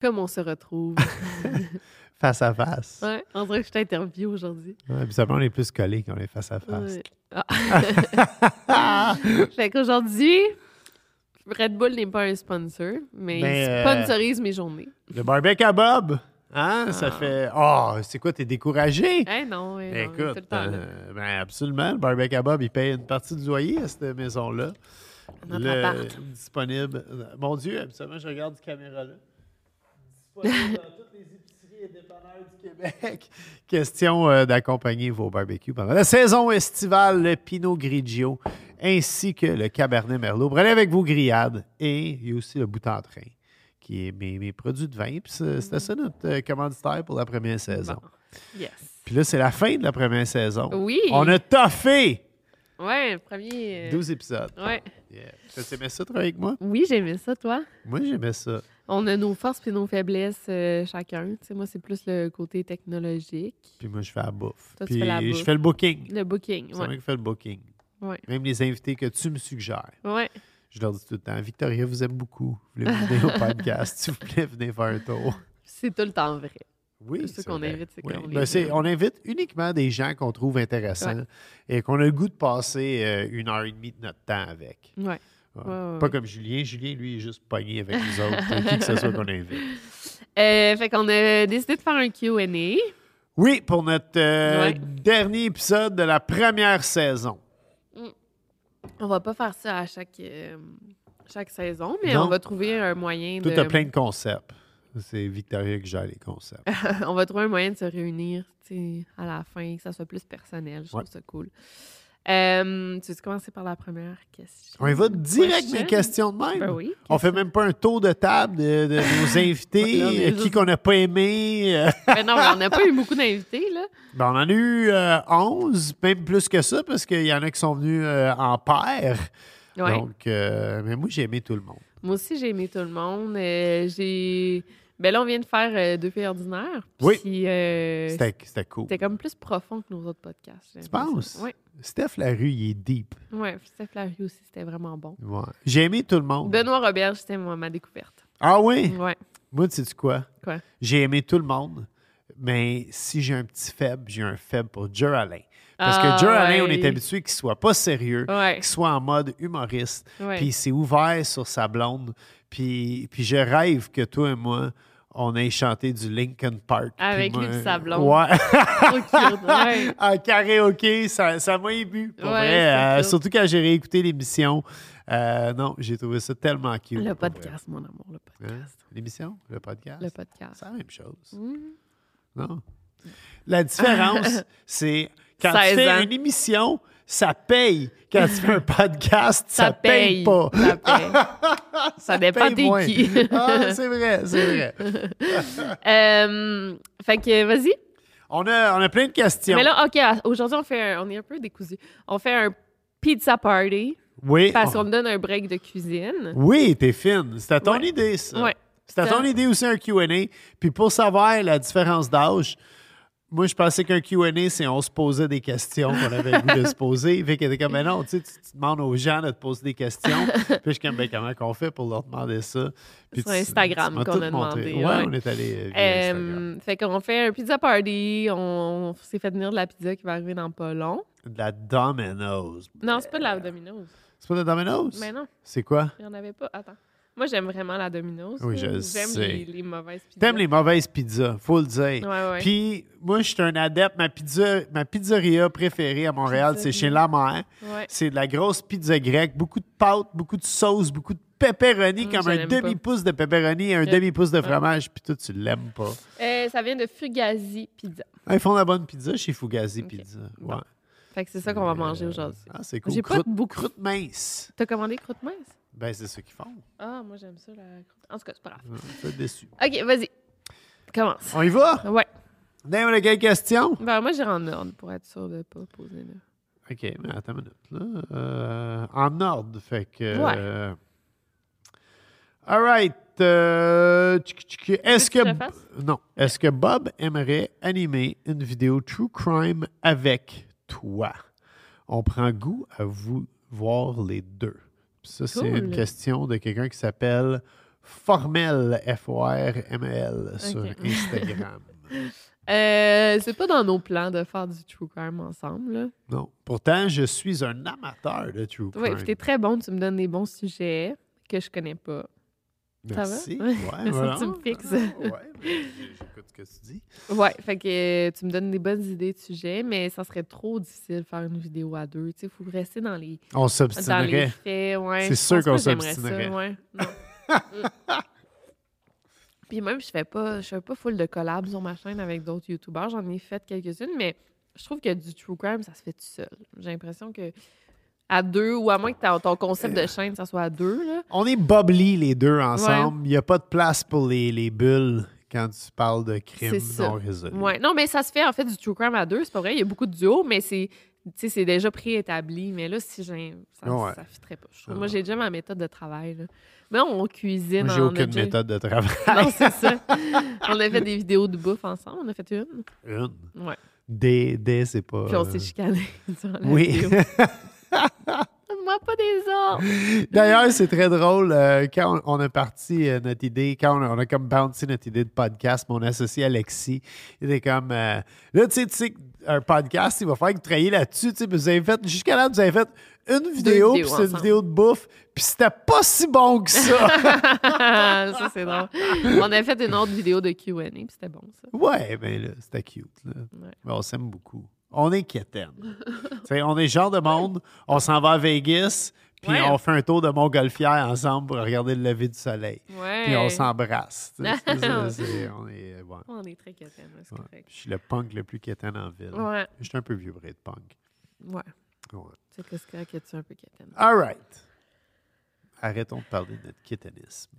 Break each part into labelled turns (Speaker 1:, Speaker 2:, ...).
Speaker 1: Comme on se retrouve.
Speaker 2: Face à face.
Speaker 1: Ouais, on dirait que je t'interview aujourd'hui.
Speaker 2: Ouais, habituellement, on est plus collés quand on est face à face.
Speaker 1: Ouais. Ah. fait qu'aujourd'hui, Red Bull n'est pas un sponsor, mais
Speaker 2: Ben,
Speaker 1: il
Speaker 2: euh,
Speaker 1: sponsorise mes journées.
Speaker 2: Le barbecue à Bob, hein?
Speaker 1: Ah.
Speaker 2: Ça fait. Oh, c'est quoi, t'es découragé?
Speaker 1: Eh non, eh non, tout le
Speaker 2: Écoute,
Speaker 1: temps. là.
Speaker 2: euh, ben absolument. Le barbecue à Bob, il paye une partie du loyer à cette maison-là.
Speaker 1: Notre
Speaker 2: Le-
Speaker 1: appart.
Speaker 2: Disponible. euh, Mon Dieu, habituellement, je regarde du caméra-là. Disponible dans toutes les épiceries et dépanneurs du Québec. Question euh, d'accompagner vos barbecues pendant la saison estivale, le Pinot Grigio ainsi que le Cabernet Merlot. Prenez avec vous grillades et il y a aussi le bout en train qui est mes, mes produits de vin. Puis c'est- C'était
Speaker 1: Mm.
Speaker 2: ça notre euh, commanditaire pour la première saison.
Speaker 1: Yes.
Speaker 2: Puis là, c'est la fin de la première saison.
Speaker 1: Oui.
Speaker 2: On a toffé
Speaker 1: Ouais, premier. euh,
Speaker 2: 12 épisodes.
Speaker 1: Ouais.
Speaker 2: Yeah. T'as aimé ça, travailler avec moi?
Speaker 1: Oui, j'aimais ça, toi.
Speaker 2: Moi, j'aimais ça.
Speaker 1: On a nos forces puis nos faiblesses euh, chacun. Tu sais, moi, c'est plus le côté technologique.
Speaker 2: Puis moi, je fais la bouffe.
Speaker 1: Toi, tu
Speaker 2: Puis
Speaker 1: fais la bouffe.
Speaker 2: je fais le booking.
Speaker 1: Le booking,
Speaker 2: C'est moi
Speaker 1: ouais.
Speaker 2: qui fais le booking.
Speaker 1: Ouais.
Speaker 2: Même les invités que tu me suggères.
Speaker 1: Ouais.
Speaker 2: Je leur dis tout le temps, Victoria vous aime beaucoup. Vous voulez vous venir au podcast? S'il vous plaît, venez faire un tour.
Speaker 1: C'est tout le temps vrai.
Speaker 2: Oui,
Speaker 1: C'est ça qu'on
Speaker 2: vrai.
Speaker 1: invite, c'est
Speaker 2: Oui.
Speaker 1: qu'on
Speaker 2: Ben,
Speaker 1: les
Speaker 2: c'est-
Speaker 1: aime.
Speaker 2: on invite uniquement des gens qu'on trouve intéressants et qu'on a le goût de passer euh, une heure et demie de notre temps avec.
Speaker 1: Ouais.
Speaker 2: Ouais.
Speaker 1: ouais,
Speaker 2: Pas
Speaker 1: ouais.
Speaker 2: comme Julien. Julien, lui, est juste pogné avec nous autres, qui que ce soit qu'on invite.
Speaker 1: Euh, fait qu'on a décidé de faire un QA.
Speaker 2: Oui, pour notre euh,
Speaker 1: Ouais.
Speaker 2: dernier épisode de la première saison.
Speaker 1: On va pas faire ça à chaque, euh, chaque saison, mais
Speaker 2: Non.
Speaker 1: on va trouver un moyen
Speaker 2: Tout
Speaker 1: de.
Speaker 2: a plein de concepts. C'est Victoria qui gère les concepts.
Speaker 1: on va trouver un moyen de se réunir tu sais, à la fin, que ça soit plus personnel. Je
Speaker 2: Ouais.
Speaker 1: trouve ça cool. Euh, tu veux commencer par la première question?
Speaker 2: On y va direct
Speaker 1: Prochaine?
Speaker 2: mes questions de même.
Speaker 1: Ben oui.
Speaker 2: On fait même pas un tour de table de, de nos invités,
Speaker 1: Là, on est
Speaker 2: euh, qui
Speaker 1: juste-
Speaker 2: qu'on n'a pas aimé. euh.
Speaker 1: Ben non, mais on n'a pas eu beaucoup d'invités, là.
Speaker 2: Ben, on en a eu euh, 11, même plus que ça, parce qu'il y en a qui sont venus euh, en paire.
Speaker 1: Ouais.
Speaker 2: Donc, euh, mais moi, j'ai aimé tout le monde.
Speaker 1: Moi aussi, j'ai aimé tout le monde. Euh, j'ai. Ben là, on vient de faire euh, Deux filles ordinaires.
Speaker 2: Oui.
Speaker 1: Puis, euh, c'était...
Speaker 2: C'était c'était cool.
Speaker 1: comme plus profond que nos autres podcasts.
Speaker 2: Tu penses?
Speaker 1: Oui.
Speaker 2: Steph Larue, il est deep.
Speaker 1: Oui. Steph Larry aussi, c'était vraiment bon.
Speaker 2: Ouais. J'ai aimé tout le monde.
Speaker 1: Benoît Roberge, c'était ma, ma découverte.
Speaker 2: Ah oui?
Speaker 1: Ouais.
Speaker 2: Moi, tu sais quoi?
Speaker 1: Quoi?
Speaker 2: J'ai aimé tout le monde, mais si j'ai un petit faible, j'ai un faible pour Joe Alain. Parce
Speaker 1: Ah,
Speaker 2: que Joe Alain, on
Speaker 1: ouais.
Speaker 2: est habitué qu'il soit pas sérieux,
Speaker 1: Ouais.
Speaker 2: qu'il soit en mode humoriste,
Speaker 1: Ouais.
Speaker 2: puis il s'est ouvert sur sa blonde. Puis, puis je rêve que toi et moi, on ait chanté du Linkin Park. puis
Speaker 1: Avec lui
Speaker 2: moi-
Speaker 1: puis sa blonde.
Speaker 2: Ouais.
Speaker 1: Trop cute. Ouais.
Speaker 2: en karaoké, ça ça m'a ému. Pour
Speaker 1: Ouais,
Speaker 2: vrai.
Speaker 1: c'est
Speaker 2: Euh,
Speaker 1: ça.
Speaker 2: surtout quand j'ai réécouté l'émission. Euh, non, j'ai trouvé ça tellement cute.
Speaker 1: Le
Speaker 2: pour vrai.
Speaker 1: podcast, mon amour, le
Speaker 2: Hein?
Speaker 1: podcast.
Speaker 2: L'émission? Le podcast?
Speaker 1: Le podcast.
Speaker 2: C'est la même chose.
Speaker 1: Mm-hmm.
Speaker 2: Non? La différence, c'est quand tu
Speaker 1: 16
Speaker 2: fais
Speaker 1: ans.
Speaker 2: une émission, ça paye. Quand tu fais un podcast, ça, paye. pas.
Speaker 1: Ça paye. ça dépend
Speaker 2: paye
Speaker 1: des
Speaker 2: moins.
Speaker 1: qui.
Speaker 2: ah, c'est vrai, c'est vrai.
Speaker 1: Euh, fait que, vas-y.
Speaker 2: On a, on a plein de questions.
Speaker 1: Mais là, OK, à- aujourd'hui, on fait un- on est un peu décousu. On fait un pizza party
Speaker 2: oui, Ah.
Speaker 1: parce
Speaker 2: on-
Speaker 1: qu'on me donne un break de cuisine.
Speaker 2: Oh. oui t'es fine. C'était ton
Speaker 1: Ouais.
Speaker 2: idée, ça.
Speaker 1: Ouais.
Speaker 2: C'était ton
Speaker 1: Ça-
Speaker 2: idée aussi, un Q&A. Puis pour savoir la différence d'âge, Moi, je pensais qu'un QA, c'est on se posait des questions qu'on avait le goût de se poser. Vic était comme, mais non, tu, sais, tu, tu demandes aux gens de te poser des questions. Puis je suis comme, ben, comment qu'on fait pour leur demander ça? Puis
Speaker 1: Sur
Speaker 2: tu-
Speaker 1: Instagram
Speaker 2: tu m'as
Speaker 1: qu'on
Speaker 2: tout
Speaker 1: a
Speaker 2: montré.
Speaker 1: demandé,
Speaker 2: Ouais,
Speaker 1: ouais.
Speaker 2: on est allé euh, via Instagram.
Speaker 1: Euh, fait qu'on fait un pizza party, on, on s'est fait venir de la pizza qui va arriver dans pas long.
Speaker 2: De la Domino's.
Speaker 1: Non, c'est pas
Speaker 2: Euh,
Speaker 1: de la Domino's.
Speaker 2: C'est pas de la Domino's?
Speaker 1: Mais Ben non,
Speaker 2: C'est quoi?
Speaker 1: il y en avait pas. Attends. Moi, j'aime vraiment la Domino's.
Speaker 2: Oui, je
Speaker 1: là. J'aime
Speaker 2: sais.
Speaker 1: les, les mauvaises pizzas.
Speaker 2: T'aimes les mauvaises pizzas, faut le dire.
Speaker 1: Ouais, ouais.
Speaker 2: Puis moi, je suis un adepte. Ma, pizza, ma pizzeria préférée à Montréal, c'est chez La Mère.
Speaker 1: Ouais.
Speaker 2: C'est de la grosse pizza grecque, beaucoup de pâtes, beaucoup de sauce, beaucoup de pepperoni,
Speaker 1: Mm,
Speaker 2: comme
Speaker 1: je
Speaker 2: un
Speaker 1: l'aime pas.
Speaker 2: demi-pouce de pepperoni et un
Speaker 1: Je-
Speaker 2: demi-pouce de
Speaker 1: ouais.
Speaker 2: fromage, puis toi, tu l'aimes pas.
Speaker 1: Euh, ça vient de Fugazi Pizza.
Speaker 2: Ah, ils font la bonne pizza chez Fugazi
Speaker 1: Ok.
Speaker 2: Pizza. Ouais.
Speaker 1: Bon. Fait que c'est ça qu'on va
Speaker 2: Euh,
Speaker 1: manger aujourd'hui.
Speaker 2: Ah, c'est cool.
Speaker 1: J'ai pas
Speaker 2: Croûte-
Speaker 1: beaucoup-
Speaker 2: Croûte mince.
Speaker 1: T'as commandé croûte mince?
Speaker 2: Ben, c'est ce qu'ils font.
Speaker 1: Ah, moi, j'aime ça, la croûte. En tout cas, c'est pas grave.
Speaker 2: Je suis un peu déçu.
Speaker 1: OK, vas-y. Commence.
Speaker 2: On y va?
Speaker 1: Ouais.
Speaker 2: Name quelle question?
Speaker 1: Ben, moi, j'irai en ordre pour être sûr de pas poser là.
Speaker 2: OK, mais attends une minute. Là. Euh, en ordre, fait que...
Speaker 1: Ouais.
Speaker 2: euh, all right. euh, tchic, tchic, Est-ce
Speaker 1: que
Speaker 2: que...
Speaker 1: je le fasse?
Speaker 2: Non. Est-ce que Bob aimerait animer une vidéo True Crime avec toi? On prend goût à vous voir les deux. Puis ça, c'est
Speaker 1: Cool.
Speaker 2: une question de quelqu'un qui s'appelle Formel, F-O-R-M-E-L, E sur
Speaker 1: Ok.
Speaker 2: Instagram.
Speaker 1: Euh, c'est pas dans nos plans de faire du true crime ensemble, là.
Speaker 2: non. Pourtant, je suis un amateur de True Crime.
Speaker 1: Oui, puis t'es très bon, tu me donnes des bons sujets que je connais pas. Ça va?
Speaker 2: Merci.
Speaker 1: Ouais.
Speaker 2: Ouais,
Speaker 1: Ça,
Speaker 2: voilà.
Speaker 1: tu me fixes.
Speaker 2: Ouais, mais j'écoute ce que tu dis.
Speaker 1: Ouais, fait que euh, tu me donnes des bonnes idées de sujets, mais ça serait trop difficile de faire une vidéo à deux. Tu sais, faut rester dans les,
Speaker 2: On
Speaker 1: dans les
Speaker 2: s'obstinerait.
Speaker 1: faits, ouais.
Speaker 2: C'est
Speaker 1: Je
Speaker 2: sûr
Speaker 1: pense pas
Speaker 2: qu'on
Speaker 1: que j'aimerais
Speaker 2: s'obstinerait.
Speaker 1: ça, ouais. Non. Mm. Puis même, je fais pas, je fais pas full de collabs sur ma chaîne avec d'autres youtubeurs. J'en ai fait quelques-unes, mais je trouve que du true crime, ça se fait tout seul. J'ai l'impression que à deux, ou à moins que ta- ton concept
Speaker 2: Euh.
Speaker 1: de chaîne, ça soit à deux, là.
Speaker 2: On est bobli les deux ensemble. Il n'y a pas de place pour les, les bulles quand tu parles de crimes
Speaker 1: C'est ça.
Speaker 2: non résolus.
Speaker 1: Ouais. Non, mais ça se fait en fait du true crime à deux, c'est pas vrai. Il y a beaucoup de duos, mais c'est tu sais, c'est déjà préétabli. Mais là, si j'ai. Ça,
Speaker 2: Ouais. Ah.
Speaker 1: ça fitterait pas. je trouve. Moi, j'ai déjà ma méthode de travail. Là. Mais on cuisine.
Speaker 2: Moi, j'ai
Speaker 1: on a
Speaker 2: aucune
Speaker 1: déjà-
Speaker 2: méthode de
Speaker 1: Non,
Speaker 2: travail.
Speaker 1: c'est ça. on a fait des vidéos de bouffe ensemble. On a fait une.
Speaker 2: Une.
Speaker 1: Ouais.
Speaker 2: Des, des c'est pas.
Speaker 1: Puis on
Speaker 2: euh,
Speaker 1: s'est chicané durant la
Speaker 2: Oui.
Speaker 1: vidéo. Donne-moi pas des ordres.
Speaker 2: D'ailleurs, c'est très drôle. euh, quand on, on a parti euh, notre idée, quand on a, on a comme bouncé notre idée de podcast, mon associé Alexis, il était comme euh, Là, tu sais, tu sais, un podcast, il va falloir que vous travailliez là-dessus. tu sais, puis Vous avez fait, jusqu'à là, vous avez fait une vidéo, puis
Speaker 1: vidéos
Speaker 2: c'est une
Speaker 1: ensemble.
Speaker 2: vidéo de bouffe, puis c'était pas si bon que ça.
Speaker 1: Ah, ça, c'est drôle. On a fait une autre vidéo de QA, puis c'était bon, ça.
Speaker 2: ouais, mais là, c'était cute. Là.
Speaker 1: Ouais.
Speaker 2: Mais on s'aime beaucoup. On est quétaine. on est le genre de monde, on s'en va à Vegas, puis
Speaker 1: Ouais.
Speaker 2: on fait un tour de montgolfière ensemble pour regarder le lever du soleil.
Speaker 1: Ouais.
Speaker 2: Puis on s'embrasse. tu sais, c'est ça, c'est- on est, ouais,
Speaker 1: On est très quétaine, c'est
Speaker 2: ouais.
Speaker 1: correct.
Speaker 2: Je suis le punk le plus quétaine en ville.
Speaker 1: Ouais.
Speaker 2: Je suis un peu vieux de punk.
Speaker 1: Ouais.
Speaker 2: Ouais.
Speaker 1: C'est que c'est correct que tu es un peu quétaine.
Speaker 2: All right. Arrêtons de parler de notre quétainisme.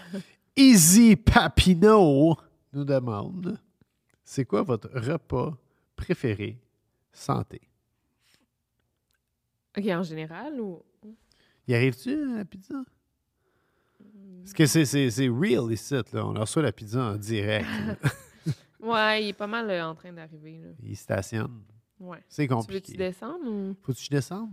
Speaker 2: Easy Papineau nous demande c'est quoi votre repas préféré santé?
Speaker 1: OK, en général ou.
Speaker 2: Y arrives-tu à la pizza? Parce que c'est- c'est c'est real ici, là. On leur reçoit la pizza en direct. là.
Speaker 1: Ouais, il est pas mal euh, en train d'arriver. là.
Speaker 2: Ils stationnent.
Speaker 1: Ouais.
Speaker 2: C'est
Speaker 1: Tu veux-tu
Speaker 2: compliqué.
Speaker 1: descendre ou.
Speaker 2: Faut-tu que je descende?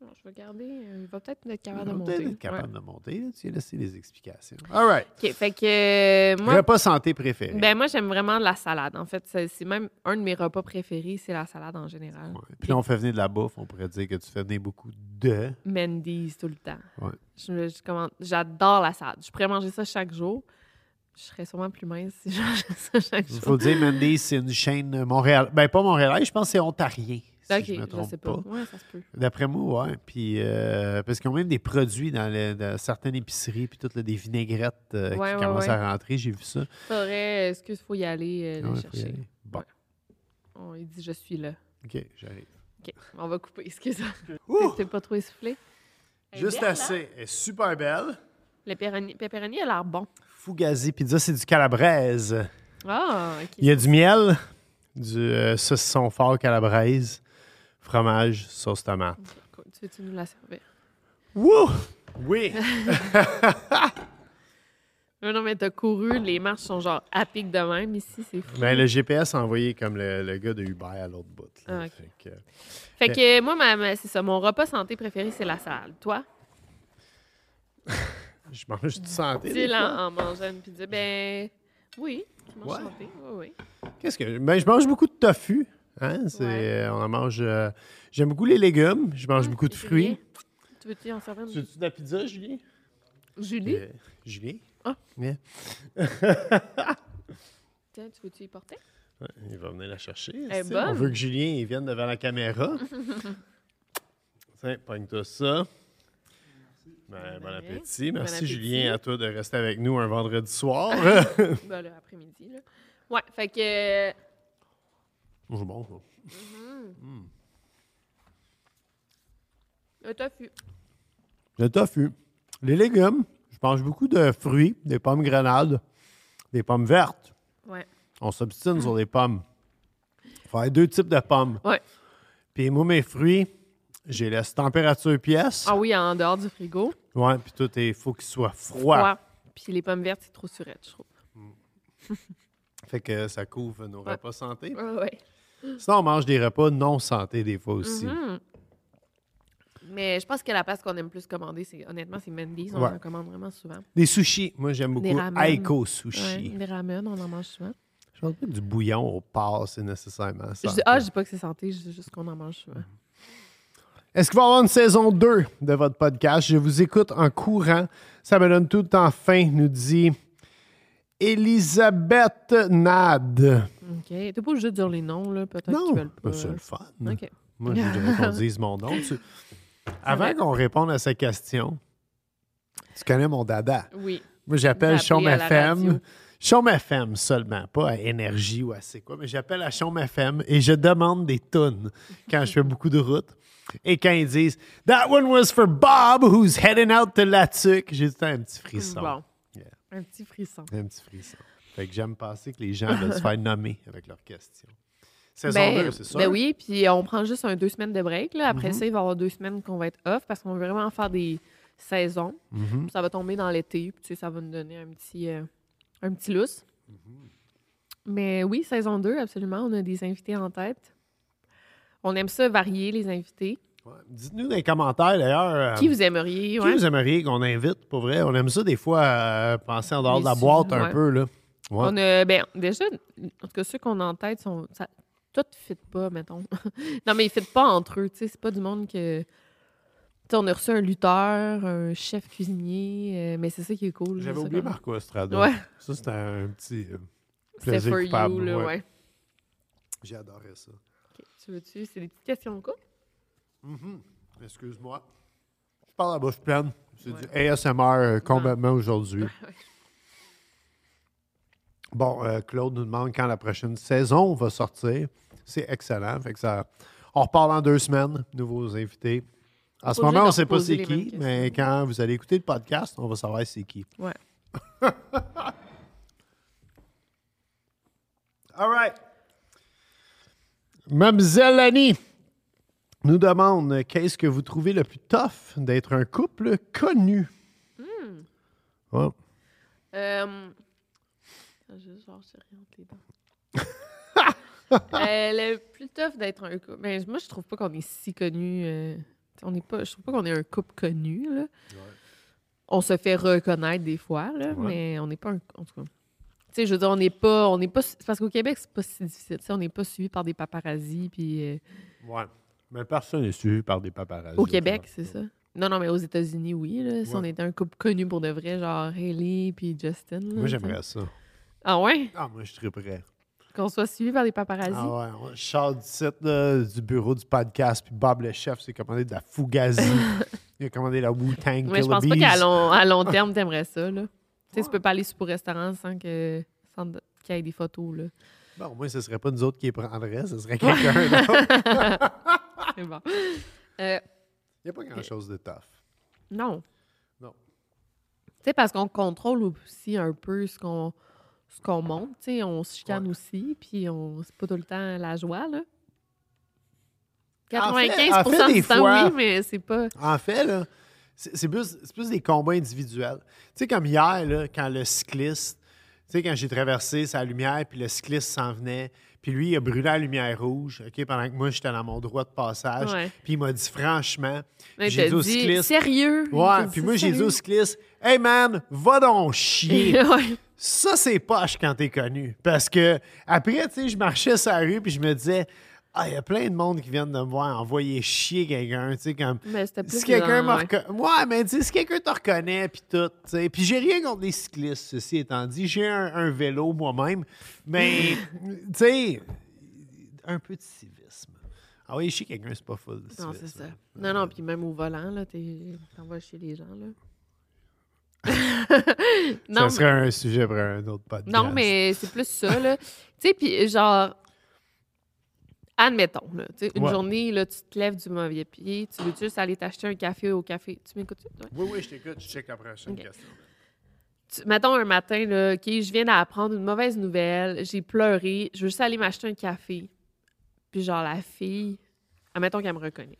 Speaker 1: Non, je vais garder. euh, Il va peut-être être capable de
Speaker 2: On
Speaker 1: monter.
Speaker 2: peut-être être capable de monter. là. Tu as laissé les explications. All right.
Speaker 1: Ouais. OK, fait que. euh, moi,
Speaker 2: Repas santé préféré.
Speaker 1: ben, moi j'aime vraiment la salade. En fait, c'est c'est même un de mes repas préférés, c'est la salade en général.
Speaker 2: Ouais. Puis là, on fait venir de la bouffe. On pourrait dire que tu fais venir beaucoup de.
Speaker 1: Mendy's tout le temps.
Speaker 2: Ouais.
Speaker 1: Je- je commande- J'adore la salade. Je pourrais manger ça chaque jour. Je serais sûrement plus mince si je mangeais ça chaque
Speaker 2: Il
Speaker 1: jour.
Speaker 2: faut le dire, Mandy, c'est une chaîne Montréal. Ben, pas Montréal. Je pense que c'est ontarien. Si
Speaker 1: OK,
Speaker 2: je me trompe
Speaker 1: sais
Speaker 2: pas.
Speaker 1: pas. Ouais, ça se peut.
Speaker 2: D'après moi, ouais. Puis, euh, parce qu'ils ont même des produits dans, le- dans certaines épiceries, puis toutes là, des vinaigrettes euh, qui
Speaker 1: Ouais, ouais,
Speaker 2: commencent
Speaker 1: ouais.
Speaker 2: à rentrer. J'ai vu ça.
Speaker 1: Faudrait, excuse, faut y aller euh, le
Speaker 2: Ouais, faut y
Speaker 1: chercher.
Speaker 2: aller. Bon,
Speaker 1: Ouais. On, il dit je suis là.
Speaker 2: OK, j'arrive.
Speaker 1: OK, on va couper. Excuse-moi.
Speaker 2: Ouh!
Speaker 1: T'es pas trop essoufflé.
Speaker 2: Juste assez. Elle est hein? super belle.
Speaker 1: Le pepperoni, pepperoni a l'air bon.
Speaker 2: Fugazi pizza, c'est du calabraise.
Speaker 1: Ah, OK.
Speaker 2: Il y a du miel, du euh, saucisson fort calabraise, fromage, sauce tomate.
Speaker 1: Cool. Tu veux-tu nous la servir?
Speaker 2: Wouh! Oui!
Speaker 1: Euh, Non, non, mais t'as couru, les marches sont genre à pic de même ici, c'est fou.
Speaker 2: Mais Ben, le GPS a envoyé comme le, le gars de Uber à l'autre bout. là.
Speaker 1: Ah, ok.
Speaker 2: Fait que-
Speaker 1: Fait que euh, moi, ma- ma- c'est ça, mon repas santé préféré, c'est la salle. Toi,
Speaker 2: je mange du santé.
Speaker 1: tu
Speaker 2: des fois.
Speaker 1: en, en mangeant une pizza, ben oui, tu manges
Speaker 2: Ouais.
Speaker 1: santé, oui, oui.
Speaker 2: Qu'est-ce que. Ben, je mange beaucoup de tofu. Hein? c'est-
Speaker 1: Ouais. Ah,
Speaker 2: On en mange. euh, J'aime beaucoup les légumes. Je mange beaucoup de
Speaker 1: Julien,
Speaker 2: fruits.
Speaker 1: Tu veux-tu en servir
Speaker 2: Tu
Speaker 1: une?
Speaker 2: veux de la pizza, Julien?
Speaker 1: Julie,
Speaker 2: Euh, Julien?
Speaker 1: Ah.
Speaker 2: Viens.
Speaker 1: tiens, tu veux-tu y porter?
Speaker 2: Ouais, Il va venir la chercher.
Speaker 1: est
Speaker 2: est-ce que-
Speaker 1: bonne.
Speaker 2: On veut que Julien il vienne devant la caméra. Tiens, pogne-toi ça. Ben, bon
Speaker 1: Bon
Speaker 2: appétit. Merci,
Speaker 1: appétit.
Speaker 2: Julien, à toi de rester avec nous un vendredi soir.
Speaker 1: Ben là, après-midi, là. Ouais, fait que... euh,
Speaker 2: Oh, bon, ça.
Speaker 1: Le tofu.
Speaker 2: Le tofu. Les légumes. Je mange beaucoup de fruits, des pommes grenades, des pommes vertes.
Speaker 1: Ouais.
Speaker 2: On s'obstine sur les pommes. Il faut avoir deux types de pommes.
Speaker 1: Ouais.
Speaker 2: Puis moi, mes fruits, j'ai laisse température pièce.
Speaker 1: Ah oui, en dehors du frigo.
Speaker 2: Ouais, puis tout, il faut qu'il soit froid.
Speaker 1: Ouais. Puis les pommes vertes, c'est trop surette, je trouve.
Speaker 2: Fait que ça couvre nos repas santé.
Speaker 1: Ouais, Ah ouais.
Speaker 2: Sinon, on mange des repas non santé des fois aussi.
Speaker 1: Mhm. Mais je pense que la place qu'on aime plus commander, c'est honnêtement, c'est Mendy's. On
Speaker 2: Ouais.
Speaker 1: en commande vraiment souvent.
Speaker 2: Des sushis. Moi, j'aime
Speaker 1: Des
Speaker 2: beaucoup
Speaker 1: ramen.
Speaker 2: Aiko
Speaker 1: Ouais,
Speaker 2: Sushi.
Speaker 1: des ramen, on en mange souvent.
Speaker 2: Je pense pas que du bouillon au porc, c'est nécessairement
Speaker 1: Je
Speaker 2: ça.
Speaker 1: dis, ah, je dis pas que c'est santé, je dis juste qu'on en mange souvent.
Speaker 2: Mm. Est-ce qu'il va y avoir une saison 2 de votre podcast? Je vous écoute en courant. Ça me donne tout le temps faim, nous dit Elisabeth Nad.
Speaker 1: OK. T'es pas obligé de dire les noms, là, peut-être qu'ils
Speaker 2: Non, ben,
Speaker 1: veulent pas.
Speaker 2: c'est le fun.
Speaker 1: OK.
Speaker 2: Moi, je voudrais qu'on dise mon nom. Tu- Avant
Speaker 1: va.
Speaker 2: qu'on réponde à sa question, tu connais mon dada.
Speaker 1: Oui.
Speaker 2: Moi, j'appelle
Speaker 1: D'appeler
Speaker 2: Chaume
Speaker 1: à la
Speaker 2: FM.
Speaker 1: radio.
Speaker 2: Chaume FM seulement, pas à Énergie ou à c'est quoi, mais j'appelle à Chaume FM et je demande des tonnes quand je fais beaucoup de routes. Et quand ils disent That one was for Bob who's heading out to Latuc, j'ai tout le temps un petit frisson.
Speaker 1: Bon.
Speaker 2: Yeah.
Speaker 1: Un petit frisson.
Speaker 2: Un petit frisson. Fait que j'aime penser que les gens veulent se faire nommer avec leurs questions. Saison
Speaker 1: Ben,
Speaker 2: 2, c'est Mhm. ça?
Speaker 1: ben oui, puis on prend juste un deux semaines de break. là. Après ça, il va y avoir deux semaines qu'on va être off parce qu'on veut vraiment faire des saisons.
Speaker 2: Mhm.
Speaker 1: Puis Ça va tomber dans l'été, puis tu sais, ça va nous donner un petit, euh, un petit lousse.
Speaker 2: Mhm.
Speaker 1: Mais oui, saison 2, absolument. On a des invités en tête. On aime ça varier les invités.
Speaker 2: Ouais. Dites-nous dans les commentaires d'ailleurs. euh,
Speaker 1: Qui vous aimeriez?
Speaker 2: Qui
Speaker 1: ouais.
Speaker 2: vous aimeriez qu'on invite, pour vrai? On aime ça des fois, euh, penser en dehors de la
Speaker 1: Les
Speaker 2: boîte
Speaker 1: sujets,
Speaker 2: un
Speaker 1: ouais.
Speaker 2: peu. Là. Ouais.
Speaker 1: On a, ben, déjà, en tout cas, ceux qu'on a en tête, sont, ça, tout ne fit pas, mettons. non, mais ils ne fit pas entre eux. tu sais, C'est pas du monde que. tu sais, on a reçu un lutteur, un chef cuisinier, euh, mais c'est ça qui est cool.
Speaker 2: J'avais
Speaker 1: ça,
Speaker 2: oublié
Speaker 1: comme-
Speaker 2: Marco Estrada.
Speaker 1: Ouais.
Speaker 2: Ça, c'était un petit. euh,
Speaker 1: C'était
Speaker 2: plaisir
Speaker 1: for
Speaker 2: coupable,
Speaker 1: you, là,
Speaker 2: ouais.
Speaker 1: ouais.
Speaker 2: J'ai adoré ça.
Speaker 1: Ok, tu veux-tu? C'est des petites questions de couple?
Speaker 2: Excuse-moi. Je parle à bouche pleine. C'est du ASMR euh,
Speaker 1: Ah.
Speaker 2: complètement aujourd'hui. Bon, euh, Claude nous demande quand la prochaine saison va sortir. C'est excellent. Fait que ça... On reparle en deux semaines, nouveaux invités. En ce
Speaker 1: Pas obligé
Speaker 2: moment, on
Speaker 1: de
Speaker 2: ne sait pas
Speaker 1: reposer
Speaker 2: c'est
Speaker 1: les mêmes
Speaker 2: qui,
Speaker 1: questions.
Speaker 2: mais quand vous allez écouter le podcast, on va savoir c'est qui.
Speaker 1: Ouais.
Speaker 2: All right. Mademoiselle Annie nous demande euh, qu'est-ce que vous trouvez le plus tough d'être un couple connu? Ouais.
Speaker 1: Euh, Ah, je genre, je sais rien entre les dents. Euh, le plus tough d'être un couple. Ben, moi, je trouve pas qu'on est si connu. euh, t'sais, on n'est pas. Je trouve pas qu'on est un couple connu. Là. On se fait reconnaître des fois, là, mais on n'est pas un. En tout cas. Tu sais, je veux dire, on n'est pas. On n'est pas c'est parce qu'au Québec, c'est pas si difficile. T'sais, on n'est pas suivi par des paparazzis. Puis, euh,
Speaker 2: Ouais. Mais personne n'est suivi par des paparazzis.
Speaker 1: au Québec, c'est ça. Non, non, mais aux États-Unis, oui. Là, Si
Speaker 2: Ouais.
Speaker 1: on était un couple connu pour de vrai, genre Hailey puis Justin. là,
Speaker 2: Moi,
Speaker 1: t'sais.
Speaker 2: j'aimerais ça.
Speaker 1: Ah ouais?
Speaker 2: Ah, moi, je suis très prêt.
Speaker 1: Qu'on soit suivi par des paparazzis.
Speaker 2: Ah ouais, ouais, je sors du site là, du bureau du podcast, puis Bob le chef s'est commandé de la Fugazi. Il a commandé la Wu-Tang
Speaker 1: Mais je pense pas
Speaker 2: Killabees.
Speaker 1: qu'à long, à long terme, t'aimerais ça. Là. Tu sais, Tu peux pas aller au restaurant sans que sans de- qu'il y ait des photos. Là.
Speaker 2: Bon, au moins, ce serait pas nous autres qui les prendraient, ce serait quelqu'un d'autre.
Speaker 1: C'est bon. Euh,
Speaker 2: Il n'y a pas grand-chose de tough.
Speaker 1: non.
Speaker 2: Non.
Speaker 1: Tu sais, parce qu'on contrôle aussi un peu ce qu'on ce qu'on monte. Tu sais, on se chicane
Speaker 2: Ouais.
Speaker 1: aussi, puis on c'est pas tout le temps la joie. Là.
Speaker 2: En fait-
Speaker 1: 95
Speaker 2: en Ah, fait, des
Speaker 1: du temps,
Speaker 2: fois-
Speaker 1: oui, mais c'est pas.
Speaker 2: En fait, là, c'est c'est plus, c'est plus des combats individuels. Tu sais, comme hier, là, quand le cycliste, tu sais, quand j'ai traversé sa lumière, puis le cycliste s'en venait, puis lui, il a brûlé la lumière rouge, OK, pendant que moi, j'étais dans mon droit de passage,
Speaker 1: Ouais.
Speaker 2: puis il m'a dit franchement,
Speaker 1: Ouais,
Speaker 2: j'ai
Speaker 1: t'as
Speaker 2: dit au
Speaker 1: dit,
Speaker 2: cycliste...
Speaker 1: Sérieux?
Speaker 2: Ouais,
Speaker 1: T'as
Speaker 2: puis
Speaker 1: dit,
Speaker 2: moi, j'ai dit au
Speaker 1: sérieux?
Speaker 2: cycliste, « Hey, man, va donc chier! »
Speaker 1: Ouais.
Speaker 2: Ça, c'est poche quand t'es connu. Parce que après, tu sais, je marchais sur la rue puis je me disais, ah, il y a plein de monde qui viennent de me voir envoyer chier quelqu'un, tu sais, comme.
Speaker 1: Mais Ben, c'était plus
Speaker 2: si quelqu'un
Speaker 1: dans-
Speaker 2: me reco- Ouais, mais tu sais, si quelqu'un te reconnaît puis tout, tu sais. Puis j'ai rien contre les cyclistes, ceci étant dit. J'ai un, un vélo moi-même, mais, tu sais, un peu de civisme. Ah oui, chier quelqu'un, c'est pas full. de
Speaker 1: Non, c'est
Speaker 2: civisme.
Speaker 1: ça. Non, non, puis même au volant, là, t'es- t'en vas chez les gens, là. non,
Speaker 2: ça serait un sujet pour un autre podcast.
Speaker 1: Non, mais c'est plus ça, là. tu sais, puis genre, admettons, là, tu sais, une
Speaker 2: Ouais.
Speaker 1: journée, là, tu te lèves du mauvais pied, tu veux juste aller t'acheter un café au café. Tu m'écoutes? Ouais.
Speaker 2: Oui, oui, je t'écoute, je check après la prochaine
Speaker 1: Ok.
Speaker 2: question.
Speaker 1: Tu- Mettons un matin, là, OK, je viens d'apprendre une mauvaise nouvelle, j'ai pleuré, je veux juste aller m'acheter un café. Puis genre, la fille, admettons qu'elle me reconnaît.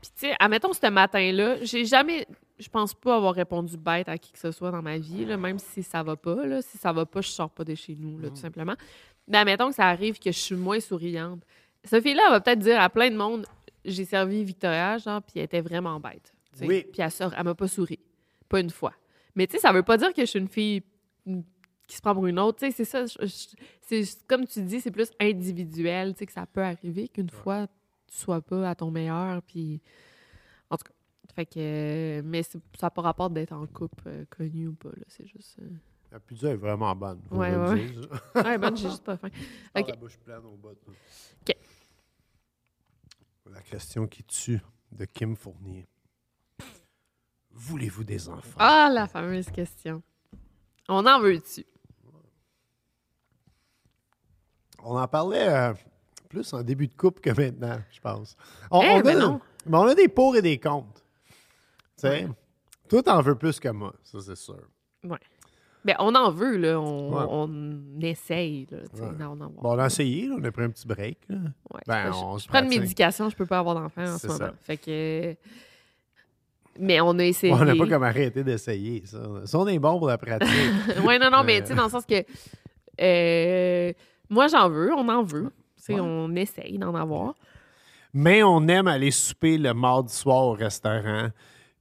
Speaker 1: Puis tu sais, admettons ce matin-là, j'ai jamais... Je pense pas avoir répondu bête à qui que ce soit dans ma vie, là, même si ça va pas. Là, si ça va pas, je sors pas de chez nous, là, tout simplement. Mais admettons que ça arrive que je suis moins souriante. Cette fille-là elle va peut-être dire à plein de monde j'ai servi Victoria, genre, puis elle était vraiment bête. tu sais.
Speaker 2: Oui.
Speaker 1: Puis elle, sort- elle m'a pas souri. Pas une fois. Mais tu sais, ça veut pas dire que je suis une fille mm, qui se prend pour une autre. Tu sais, c'est ça. je- je- c'est juste- comme tu dis, c'est plus individuel, tu sais, que ça peut arriver qu'une fois, tu sois pas à ton meilleur, puis... En tout cas, fait que... euh, Mais c'est- ça n'a pas rapport d'être en couple, euh, connu ou pas, là. C'est juste... euh,
Speaker 2: La pizza est vraiment bonne. faut
Speaker 1: Ouais,
Speaker 2: le
Speaker 1: ouais.
Speaker 2: dire, ça.
Speaker 1: Ouais, bonne, j'ai juste pas faim.
Speaker 2: Par
Speaker 1: OK.
Speaker 2: la bouche pleine au bas. toi. La question qui tue de Kim Fournier. Voulez-vous des enfants?
Speaker 1: Ah, la fameuse question. On en veut-tu?
Speaker 2: On en parlait euh, plus en début de couple que maintenant, je pense. On,
Speaker 1: Eh,
Speaker 2: on a,
Speaker 1: ben non.
Speaker 2: mais on a des pour et des contre. Tu sais, toi, t'en veux plus que moi, ça, c'est sûr.
Speaker 1: Ouais. Ben, on en veut, là. On,
Speaker 2: Ouais.
Speaker 1: on essaye, là. tu sais,
Speaker 2: Ouais.
Speaker 1: d'en avoir.
Speaker 2: Bon, on a essayé, là, on a pris un petit break. là.
Speaker 1: Ouais,
Speaker 2: Ben,
Speaker 1: je, je-
Speaker 2: on
Speaker 1: je
Speaker 2: se
Speaker 1: prends de
Speaker 2: pratique.
Speaker 1: médication, je peux pas avoir d'enfant en ce
Speaker 2: C'est
Speaker 1: moment.
Speaker 2: ça.
Speaker 1: Fait que. Mais on a essayé.
Speaker 2: On n'a pas comme arrêté d'essayer, ça. Ça, on est bon pour la pratique.
Speaker 1: ouais, non, non, mais tu sais, dans le sens que. euh, moi, j'en veux, on en veut. Tu sais, On essaye d'en avoir.
Speaker 2: Mais on aime aller souper le mardi soir au restaurant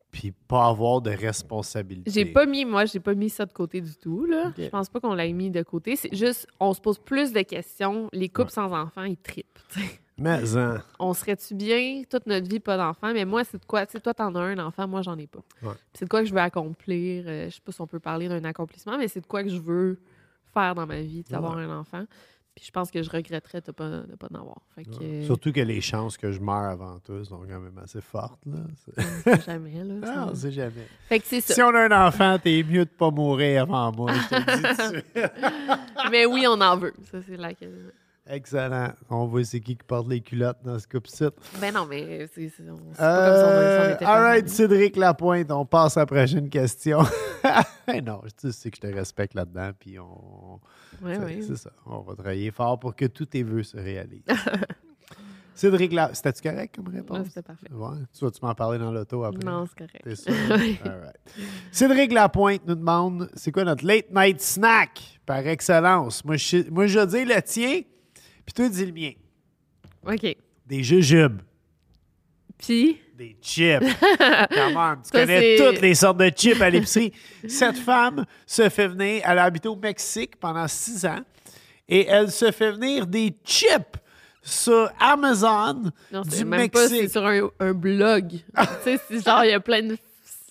Speaker 2: puis pas avoir de responsabilité.
Speaker 1: J'ai pas mis, moi, j'ai pas mis ça de côté du tout, là. Je pense pas qu'on l'ait mis de côté. C'est juste, on se pose plus de questions. Les couples sans enfants, ils tripent. tu sais.
Speaker 2: Mais hein,
Speaker 1: on serait-tu bien toute notre vie pas d'enfant, mais moi, c'est de quoi, tu sais, toi, t'en as un enfant, moi, j'en ai pas.
Speaker 2: Ouais.
Speaker 1: Puis C'est de quoi que je veux accomplir. euh, je sais pas si on peut parler d'un accomplissement, mais c'est de quoi que je veux faire dans ma vie, d'avoir un enfant. Puis je pense que je regretterais de pas, de pas en avoir. Fait que, euh,
Speaker 2: surtout que les chances que je meure avant eux sont quand même assez fortes. Là. C'est-
Speaker 1: jamais, là. ça-
Speaker 2: Ah, on sait jamais.
Speaker 1: Fait que c'est ça.
Speaker 2: Si on a un enfant, t'es mieux de pas mourir avant moi. je te le dis tout de suite.
Speaker 1: Mais oui, on en veut. Ça, c'est euh, la question.
Speaker 2: Excellent. On voit c'est qui qui porte les culottes dans ce couple-ci.
Speaker 1: Ben non, mais c'est c'est- on- c'est pas comme si on- si on
Speaker 2: Euh,
Speaker 1: était pas
Speaker 2: all right,
Speaker 1: amis.
Speaker 2: Cédric Lapointe, on passe à la prochaine question. Eh non, tu sais que je te respecte là-dedans, puis on,
Speaker 1: Ouais,
Speaker 2: C'est-
Speaker 1: ouais.
Speaker 2: C'est ça. On va travailler fort pour que tous tes vœux se réalisent. Cédric Lap, c'était-tu correct comme
Speaker 1: Ouais,
Speaker 2: réponse?
Speaker 1: C'était parfait.
Speaker 2: Ouais. Tu vas-tu m'en parler dans l'auto après?
Speaker 1: Non, c'est correct.
Speaker 2: T'es sûr? All right. Cédric Lapointe nous demande c'est quoi notre late night snack par excellence? Moi, je, moi, je dis le tien, puis toi, dis le mien.
Speaker 1: OK.
Speaker 2: Des jujubes,
Speaker 1: Puis,
Speaker 2: des chips. Quand même, tu
Speaker 1: Ça,
Speaker 2: connais
Speaker 1: c'est-
Speaker 2: toutes les sortes de chips à l'épicerie. Cette femme se fait venir, elle a habité au Mexique pendant six ans et elle se fait venir des chips sur Amazon
Speaker 1: Non, c'est
Speaker 2: du
Speaker 1: même
Speaker 2: Mexique.
Speaker 1: pas, c'est sur un, un blog. tu sais, c'est genre, il y a plein de,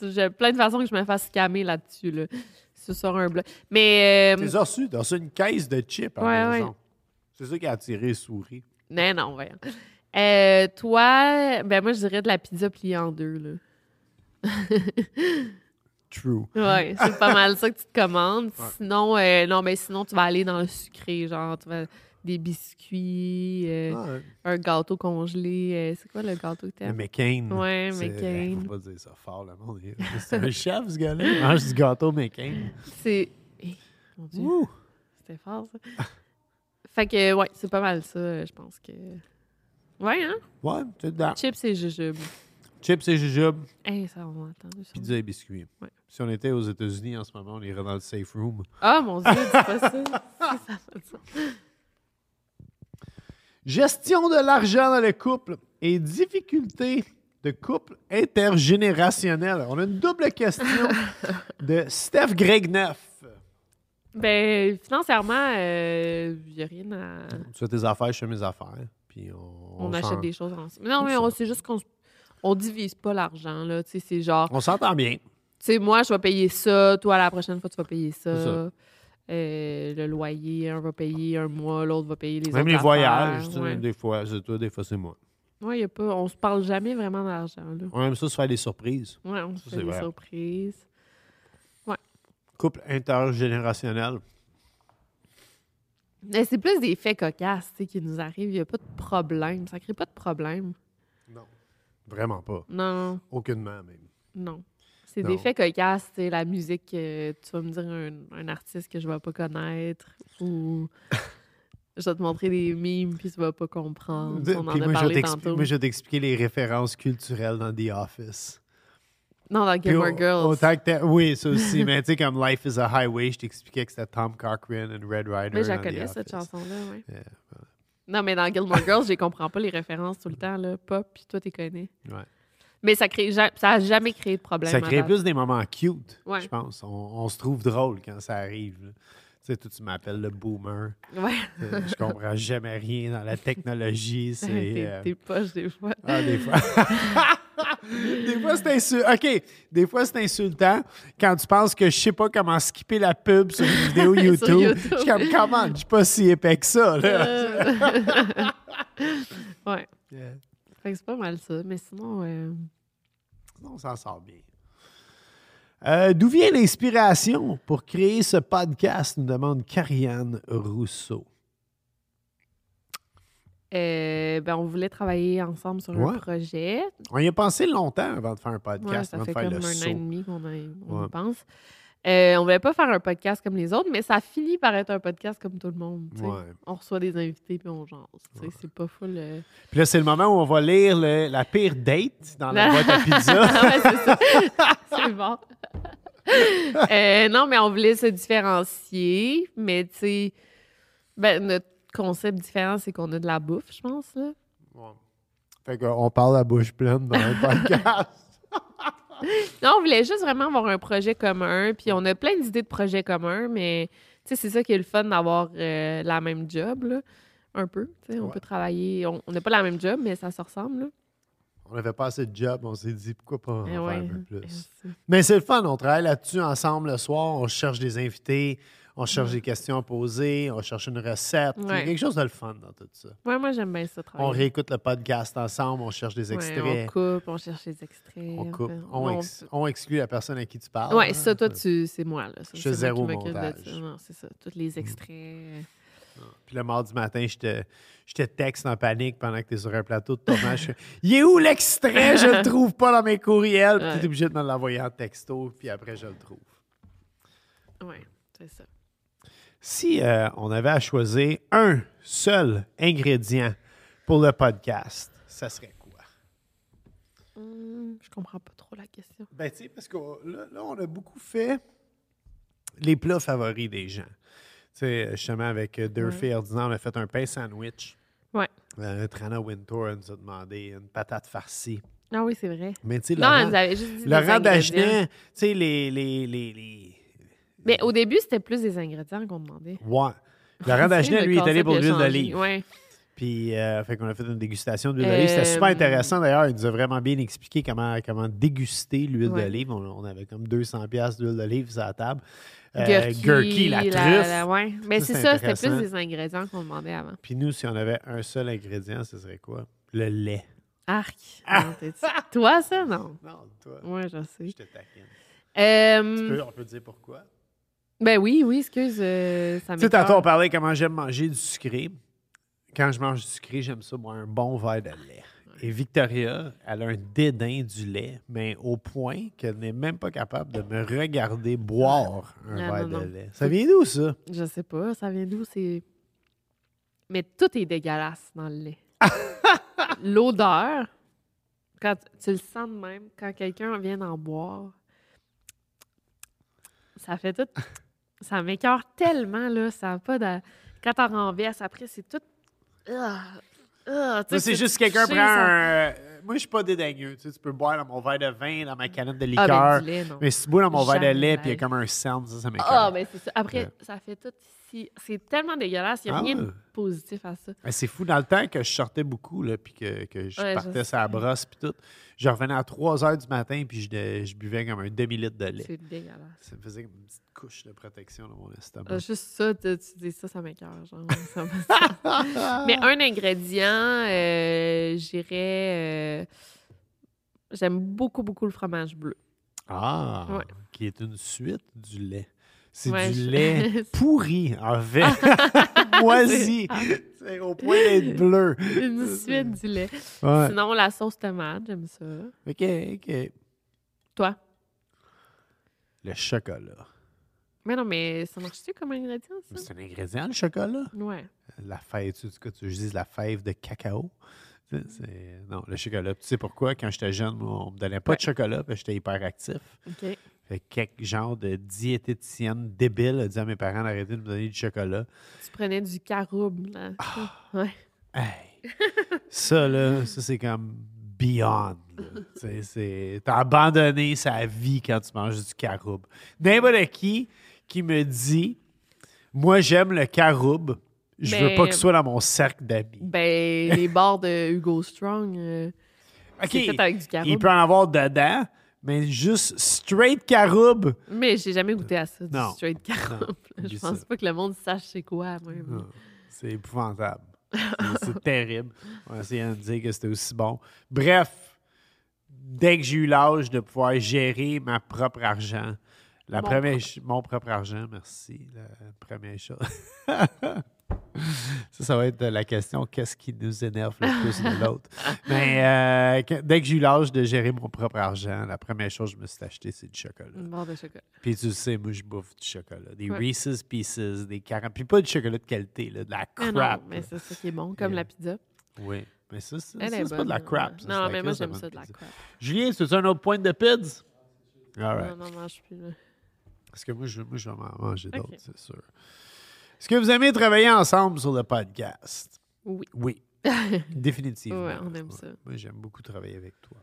Speaker 1: j'ai plein de façons que je me fasse scammer là-dessus, là. C'est sur un blog. Mais, euh,
Speaker 2: T'es reçu dans une caisse de chips à
Speaker 1: Ouais,
Speaker 2: Amazon.
Speaker 1: ouais.
Speaker 2: C'est ça qui a attiré les souris.
Speaker 1: mais non, voyons. Euh, toi, ben moi, je dirais de la pizza pliée en deux,
Speaker 2: True.
Speaker 1: là. Ouais, c'est pas mal ça que tu te commandes. Sinon, euh, non, mais sinon, tu vas aller dans le sucré, genre, tu vas des biscuits, euh,
Speaker 2: Ah, ouais.
Speaker 1: un gâteau congelé. euh, c'est quoi le gâteau que
Speaker 2: Le
Speaker 1: t'aimes?
Speaker 2: McCain.
Speaker 1: Ouais,
Speaker 2: C'est- euh,
Speaker 1: McCain.
Speaker 2: Faut pas dire ça fort, le monde. est- C'est un chef, ce gars-là. Il mange du gâteau McCain.
Speaker 1: C'est... Eh, mon Dieu.
Speaker 2: Ouh.
Speaker 1: C'était fort, ça. fait que, ouais, c'est pas mal ça, euh, je pense que. Ouais, hein?
Speaker 2: Ouais, t'es dedans.
Speaker 1: Chips et jujubes.
Speaker 2: Chips et jujubes,
Speaker 1: Hey, ça, on l'a entendu ça.
Speaker 2: pizza et biscuits.
Speaker 1: Ouais.
Speaker 2: Si on était aux États-Unis en ce moment, on irait dans le safe room.
Speaker 1: Ah, mon Dieu, dis pas ça. Ça, ça, ça.
Speaker 2: Gestion de l'argent dans le couple et difficultés de couple intergénérationnel. On a une double question de Steph Gregneff.
Speaker 1: Ben, financièrement, euh, il n'y a rien à.
Speaker 2: Tu fais tes affaires, je fais mes affaires. Puis on,
Speaker 1: On,
Speaker 2: on s'en-
Speaker 1: achète des choses ensemble. Non, mais
Speaker 2: ça.
Speaker 1: on c'est juste qu'on s- on divise pas l'argent, là. Tu sais, c'est genre, tu
Speaker 2: On s'entend bien.
Speaker 1: sais, moi, je vais payer ça, toi, la prochaine fois, tu vas payer ça.
Speaker 2: C'est ça.
Speaker 1: Euh, le loyer, un va payer un mois, l'autre va payer les autres
Speaker 2: Même les
Speaker 1: affaires,
Speaker 2: voyages, tu sais,
Speaker 1: ouais.
Speaker 2: des fois, c'est toi, des fois, c'est moi.
Speaker 1: Ouais, y a pas, on se parle jamais vraiment d'argent, là.
Speaker 2: On aime ça se faire des surprises.
Speaker 1: Ouais, on
Speaker 2: Ça,
Speaker 1: se fait
Speaker 2: c'est
Speaker 1: des
Speaker 2: vrai.
Speaker 1: surprises.
Speaker 2: Couple intergénérationnel.
Speaker 1: Mais c'est plus des faits cocasses, tu sais, qui nous arrivent. Il a pas de problème. Ça crée pas de problème.
Speaker 2: Vraiment pas.
Speaker 1: Non,
Speaker 2: Aucunement, même.
Speaker 1: non. C'est
Speaker 2: Non.
Speaker 1: des faits cocasses, tu sais, la musique, euh, tu vas me dire un, un artiste que je vais pas connaître ou je vais te montrer des mimes puis tu vas pas comprendre.
Speaker 2: Puis
Speaker 1: On en
Speaker 2: moi,
Speaker 1: a
Speaker 2: je vais
Speaker 1: parlé
Speaker 2: t'expli-
Speaker 1: tantôt.
Speaker 2: moi, je vais t'expliquer les références culturelles dans The Office.
Speaker 1: Non, dans
Speaker 2: Puis
Speaker 1: Gilmore
Speaker 2: au-
Speaker 1: Girls.
Speaker 2: autant que t'as- oui, ça aussi. mais tu sais, comme Life is a Highway, je t'expliquais que c'était Tom Cochrane and Red Rider.
Speaker 1: Mais je la
Speaker 2: dans The
Speaker 1: connais, cette
Speaker 2: Office.
Speaker 1: chanson-là, oui.
Speaker 2: Yeah,
Speaker 1: Non, mais dans Gilmore Girls, je les comprends pas les références tout le temps, là. Pop, puis toi, t'es connais.
Speaker 2: ouais.
Speaker 1: Mais ça crée ja- ça a jamais créé de problème.
Speaker 2: Ça
Speaker 1: à
Speaker 2: crée
Speaker 1: date.
Speaker 2: plus des moments cute,
Speaker 1: Ouais.
Speaker 2: je pense. On, on se trouve drôle quand ça arrive. là. Tu sais, toi, tu m'appelles le boomer.
Speaker 1: Ouais.
Speaker 2: Euh, je comprends jamais rien dans la technologie. C'est.
Speaker 1: T'es
Speaker 2: euh,
Speaker 1: t'es poche des fois.
Speaker 2: Ah, des fois. des fois, c'est insultant. OK. Des fois, c'est insultant quand tu penses que je sais pas comment skipper la pub sur une vidéo
Speaker 1: Sur
Speaker 2: YouTube.
Speaker 1: YouTube. Euh.
Speaker 2: Je suis comme, comment? Je suis pas si épais que ça. là.
Speaker 1: Ouais.
Speaker 2: Yeah.
Speaker 1: Fait que c'est pas mal ça. Mais sinon, euh,
Speaker 2: On s'en sort bien. Euh, D'où vient l'inspiration pour créer ce podcast, nous demande Carianne Rousseau.
Speaker 1: euh, ben, on voulait travailler ensemble sur
Speaker 2: Ouais.
Speaker 1: un projet.
Speaker 2: On y a pensé longtemps avant de faire un
Speaker 1: Ouais,
Speaker 2: podcast,
Speaker 1: ça
Speaker 2: avant
Speaker 1: fait
Speaker 2: de faire
Speaker 1: comme
Speaker 2: le
Speaker 1: un an et
Speaker 2: saut.
Speaker 1: demi qu'on a- on y
Speaker 2: Ouais.
Speaker 1: pense. Euh, on voulait pas faire un podcast comme les autres, mais ça finit par être un podcast comme tout le monde. tu sais.
Speaker 2: Ouais.
Speaker 1: On reçoit des invités puis on jase. tu sais, C'est pas full. euh,
Speaker 2: Puis là, c'est le moment où on va lire le- la pire date dans la boîte à pizza.
Speaker 1: Ah Ouais, c'est ça. c'est bon. Euh, non, mais on voulait se différencier, mais tu sais, ben, notre concept différent, c'est qu'on a de la bouffe, je pense. Là.
Speaker 2: fait qu'on parle à bouche pleine dans un podcast.
Speaker 1: Non, on voulait juste vraiment avoir un projet commun, puis on a plein d'idées de projets communs, mais tu sais, c'est ça qui est le fun d'avoir euh, la même job, là, un peu. tu sais, On
Speaker 2: Ouais.
Speaker 1: peut travailler, on on n'a pas la même job, mais ça se ressemble. Là.
Speaker 2: On n'avait pas assez de job, on s'est dit pourquoi pas en
Speaker 1: Eh
Speaker 2: faire
Speaker 1: ouais.
Speaker 2: un
Speaker 1: Eh,
Speaker 2: peu plus.
Speaker 1: c'est-
Speaker 2: Mais c'est le fun, on travaille là-dessus ensemble le soir, on cherche des invités, on cherche des questions à poser, on cherche une recette. Il y a
Speaker 1: Ouais.
Speaker 2: quelque chose de le fun dans tout ça.
Speaker 1: Ouais, moi, j'aime bien ça,
Speaker 2: On
Speaker 1: travailler.
Speaker 2: réécoute le podcast ensemble, on cherche des
Speaker 1: Ouais,
Speaker 2: extraits.
Speaker 1: on coupe, on cherche les extraits.
Speaker 2: on coupe,
Speaker 1: enfin,
Speaker 2: on, ex- on exclut la personne à qui tu parles.
Speaker 1: Ouais,
Speaker 2: hein.
Speaker 1: ça, toi, tu, c'est moi. Là. Ça,
Speaker 2: Je
Speaker 1: c'est moi
Speaker 2: zéro
Speaker 1: qui m'occupe
Speaker 2: montage. Mm.
Speaker 1: De ça. Non, c'est ça. Tous les extraits.
Speaker 2: Puis le mardi matin, je te, je te texte en panique pendant que tu es sur un plateau de tournage. Je fais, Il est où l'extrait? Je le trouve pas dans mes courriels. Puis tu es
Speaker 1: Ouais.
Speaker 2: obligé de me l'envoyer en texto, puis après, je le trouve.
Speaker 1: Ouais, c'est ça.
Speaker 2: Si euh, on avait à choisir un seul ingrédient pour le podcast, ça serait quoi?
Speaker 1: Hum, je comprends pas trop la question.
Speaker 2: Ben, tu sais, parce que là, là, on a beaucoup fait les plats favoris des gens. Tu sais, justement, avec euh, Durfee Ordinaire, on a fait un pain sandwich.
Speaker 1: Ouais.
Speaker 2: Euh, Trana Wintour elle nous a demandé une patate farcie.
Speaker 1: Ah oui, c'est vrai.
Speaker 2: Mais tu sais,
Speaker 1: Non, elle
Speaker 2: Laurent,
Speaker 1: nous avait juste dit. des
Speaker 2: Laurent
Speaker 1: ingrédients.
Speaker 2: Dagenet, tu sais, les, les, les, les-
Speaker 1: Mais au début, c'était plus des ingrédients qu'on demandait.
Speaker 2: Ouais. Laurent Dagenet,
Speaker 1: Le
Speaker 2: lui, est allé
Speaker 1: concept,
Speaker 2: pour
Speaker 1: il a
Speaker 2: l'huile
Speaker 1: changé.
Speaker 2: d'olive.
Speaker 1: Ouais.
Speaker 2: Puis, euh, fait qu'on a fait une dégustation d'huile d'olive. C'était
Speaker 1: Euh,
Speaker 2: super intéressant d'ailleurs. Il nous a vraiment bien expliqué comment, comment déguster l'huile
Speaker 1: Ouais.
Speaker 2: d'olive. On, on avait comme 200 pièces d'huile d'olive sur la table. Euh,
Speaker 1: Gherky,
Speaker 2: Gherky, la, truffe.
Speaker 1: la- ouais. Mais
Speaker 2: Ça,
Speaker 1: c'est
Speaker 2: c'est
Speaker 1: ça, c'était plus
Speaker 2: intéressant.
Speaker 1: des ingrédients qu'on demandait avant.
Speaker 2: Puis nous, si on avait un seul ingrédient, ce serait quoi? Le lait.
Speaker 1: Arc. Non, t'es-tu- Toi, ça, non.
Speaker 2: Non, toi,
Speaker 1: Ouais, Mm. je sais.
Speaker 2: Ah! je te taquine.
Speaker 1: Euh,
Speaker 2: Tu peux- on peut dire pourquoi.
Speaker 1: ben oui, oui, excuse. euh, ça
Speaker 2: Tu sais, tantôt, on parlait comment j'aime manger du sucré. Quand je mange du sucré, j'aime ça boire un bon verre de lait. Et Victoria, elle a un dédain du lait, mais au point qu'elle n'est même pas capable de me regarder boire un
Speaker 1: Ah,
Speaker 2: verre
Speaker 1: non,
Speaker 2: de
Speaker 1: non.
Speaker 2: lait. Ça vient d'où, ça?
Speaker 1: Je sais pas, ça vient d'où, c'est... Mais tout est dégueulasse dans le lait. L'odeur, Quand tu le sens de même, quand quelqu'un vient d'en boire, ça fait tout. ça m'écœure tellement, là. Ça n'a pas de. Quand t'en renverses, après, c'est tout. Ah, ah, tu sais,
Speaker 2: Moi, c'est juste
Speaker 1: touché,
Speaker 2: quelqu'un prend
Speaker 1: ça-
Speaker 2: un. Moi, je suis pas dédaigneux. Tu, sais, tu peux boire dans mon verre de vin, dans ma canette de liqueur.
Speaker 1: Ah, ben, du lait, non.
Speaker 2: mais si tu bois dans mon verre de
Speaker 1: Jamais
Speaker 2: lait,
Speaker 1: de
Speaker 2: puis il y a
Speaker 1: la
Speaker 2: comme un sound, ça, ça m'écoeure.
Speaker 1: Ah, mais c'est ça. Après,
Speaker 2: Ouais.
Speaker 1: ça fait tout ici. C'est tellement dégueulasse. Il n'y a
Speaker 2: Ah.
Speaker 1: rien de positif à ça.
Speaker 2: Ben, c'est fou. Dans le temps que je sortais beaucoup, là, puis que, que je
Speaker 1: Ouais, je
Speaker 2: partais
Speaker 1: sais.
Speaker 2: sur la brosse, puis tout, je revenais à 3 heures du matin, puis je, de- je buvais comme un demi-litre de lait.
Speaker 1: C'est dégueulasse.
Speaker 2: Ça me faisait comme une petite couche de protection dans mon estomac.
Speaker 1: Euh, juste ça, tu, tu dis ça, ça m'écœure. genre, ça me- ça- mais un ingrédient, euh, j'irais. euh, J'aime beaucoup, beaucoup le fromage bleu.
Speaker 2: Ah,
Speaker 1: Ouais.
Speaker 2: qui est une suite du lait. C'est
Speaker 1: Ouais,
Speaker 2: du
Speaker 1: je- Ah!
Speaker 2: lait pourri, en fait. Moisi. C'est au point d'être bleu.
Speaker 1: Une suite du lait.
Speaker 2: Ouais.
Speaker 1: Sinon, la sauce tomate, j'aime ça.
Speaker 2: OK, OK.
Speaker 1: Toi?
Speaker 2: Le chocolat.
Speaker 1: Mais non, mais ça marche-tu comme ingrédient, ça?
Speaker 2: C'est un ingrédient, le chocolat?
Speaker 1: Ouais.
Speaker 2: La fève, tu, tu, tu dis la fève de cacao. C'est- c'est- Non, le chocolat. Tu sais pourquoi? Quand j'étais jeune, moi, on me donnait pas de chocolat parce que j'étais hyperactif.
Speaker 1: OK.
Speaker 2: Fait que quelque genre de diététicienne débile a dit à mes parents d'arrêter de me donner du chocolat.
Speaker 1: Tu prenais du caroube, là.
Speaker 2: Ah.
Speaker 1: Ouais.
Speaker 2: Hey, ça, là, ça, c'est comme beyond. là. Tu sais, c'est- T'as abandonné sa vie quand tu manges du caroube. N'importe qui qui me dit Moi, j'aime le caroube, je veux
Speaker 1: Mais-
Speaker 2: pas que ce soit dans mon cercle d'amis.
Speaker 1: Ben, les bords de Hugo Strong. euh,
Speaker 2: OK,
Speaker 1: c'est fait avec du caroube.
Speaker 2: Il peut en avoir dedans, mais juste straight caroube.
Speaker 1: Mais j'ai jamais goûté à ça, du
Speaker 2: Non.
Speaker 1: straight caroube.
Speaker 2: Non,
Speaker 1: Je
Speaker 2: oublie
Speaker 1: pense
Speaker 2: ça.
Speaker 1: pas que le monde sache c'est quoi, moi. mais-
Speaker 2: C'est épouvantable. C'est- C'est terrible. On va essayer de dire que c'était aussi bon. Bref, dès que j'ai eu l'âge de pouvoir gérer ma propre argent, la
Speaker 1: Mon
Speaker 2: première ch- mon propre argent, merci. La première chose. ça, ça va être la question qu'est-ce qui nous énerve le plus de l'autre. Mais euh, que- dès que j'ai eu l'âge de gérer mon propre argent, la première chose que je me suis acheté, c'est du chocolat.
Speaker 1: Une barre de chocolat.
Speaker 2: Puis tu le sais, moi, je bouffe du chocolat. Des
Speaker 1: Ouais.
Speaker 2: Reese's Pieces, des 40. Puis pas du chocolat de qualité, là, de la
Speaker 1: Mais
Speaker 2: crap.
Speaker 1: Ah non,
Speaker 2: là.
Speaker 1: mais c'est ça qui est bon, comme
Speaker 2: Yeah.
Speaker 1: la pizza.
Speaker 2: Oui. Mais ça, c'est ça,
Speaker 1: Elle est
Speaker 2: c'est pas de la
Speaker 1: bonne,
Speaker 2: crap.
Speaker 1: ouais.
Speaker 2: ça, c'est
Speaker 1: Non,
Speaker 2: la
Speaker 1: mais moi,
Speaker 2: crise
Speaker 1: j'aime
Speaker 2: bonne
Speaker 1: ça de la
Speaker 2: pizza.
Speaker 1: crap.
Speaker 2: Julien, c'est un autre point de pids? All right.
Speaker 1: Non, non, mange plus. là.
Speaker 2: Parce que moi, je, moi, je vais m'en manger
Speaker 1: Ok.
Speaker 2: d'autres, c'est sûr. Est-ce que vous aimez travailler ensemble sur le podcast?
Speaker 1: Oui.
Speaker 2: Oui. Définitivement.
Speaker 1: Ouais, on aime ça.
Speaker 2: Moi, j'aime beaucoup travailler avec toi.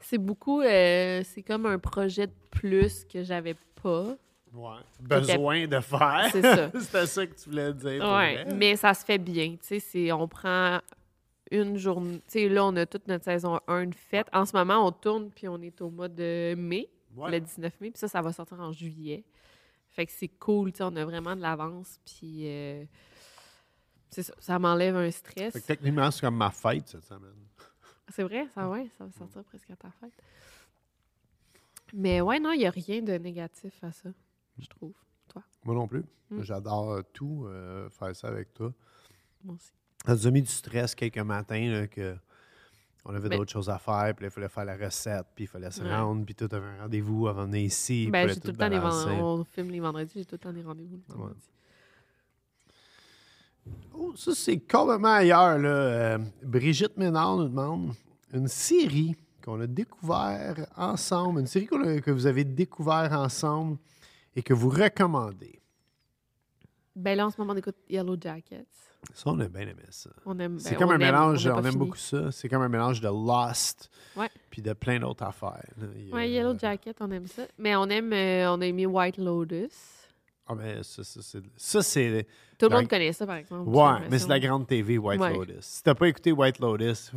Speaker 1: C'est beaucoup. euh, c'est comme un projet de plus que j'avais pas.
Speaker 2: Ouais. Besoin de faire.
Speaker 1: C'est ça.
Speaker 2: C'était ça que tu voulais dire. pour
Speaker 1: Ouais,
Speaker 2: vrai.
Speaker 1: mais ça se fait bien. Tu sais, c'est- on prend une journée. Tu sais, là, on a toute notre saison 1 de fête. En ce moment, on tourne, puis on est au mois de mai,
Speaker 2: Ouais.
Speaker 1: le 19 mai, puis ça, ça va sortir en juillet. Fait que c'est cool. Tu sais, on a vraiment de l'avance, puis euh, c'est ça, ça m'enlève un stress.
Speaker 2: Fait que techniquement, c'est comme ma fête cette semaine.
Speaker 1: C'est vrai, ça, ouais, ça va sortir presque à ta fête. Mais ouais, non, il n'y a rien de négatif à ça, je trouve. Toi,
Speaker 2: Moi non plus.
Speaker 1: Mm.
Speaker 2: J'adore euh, tout, euh, faire ça avec toi.
Speaker 1: moi aussi.
Speaker 2: Ça nous a mis du stress quelques matins là, que on avait
Speaker 1: Ben-
Speaker 2: d'autres choses à faire, puis là, il fallait faire la recette, puis il fallait se
Speaker 1: Ouais.
Speaker 2: rendre, puis tout avait un rendez-vous avant de venir ici. puis
Speaker 1: Ben,
Speaker 2: fallait
Speaker 1: j'ai tout le temps des
Speaker 2: balancer.
Speaker 1: vendredis. On filme les vendredis, j'ai tout le temps des rendez-vous le vendredi.
Speaker 2: Oh, ça, c'est complètement ailleurs. Là. Euh, Brigitte Ménard nous demande une série qu'on a découvert ensemble, une série qu'on a- que vous avez découvert ensemble et que vous recommandez.
Speaker 1: Ben là, en ce moment, on écoute Yellow Jackets.
Speaker 2: Ça, on a bien aimé ça.
Speaker 1: On aime.
Speaker 2: C'est
Speaker 1: ben,
Speaker 2: comme
Speaker 1: on
Speaker 2: un
Speaker 1: aime,
Speaker 2: mélange,
Speaker 1: on a
Speaker 2: on,
Speaker 1: pas
Speaker 2: aime
Speaker 1: fini.
Speaker 2: beaucoup ça. C'est comme un mélange de Lost
Speaker 1: Ouais.
Speaker 2: puis de plein d'autres affaires. là. Il y a-
Speaker 1: Ouais, Yellow Jacket, on aime ça. Mais on aime, euh, on a aimé White Lotus.
Speaker 2: Ah, mais ça, ça, c'est. Ça, c'est.
Speaker 1: Tout le
Speaker 2: la-
Speaker 1: monde connaît ça, par exemple. j'ai
Speaker 2: Ouais, mais c'est
Speaker 1: l'impression.
Speaker 2: de la grande TV, White
Speaker 1: Ouais.
Speaker 2: Lotus. Si t'as pas écouté White Lotus,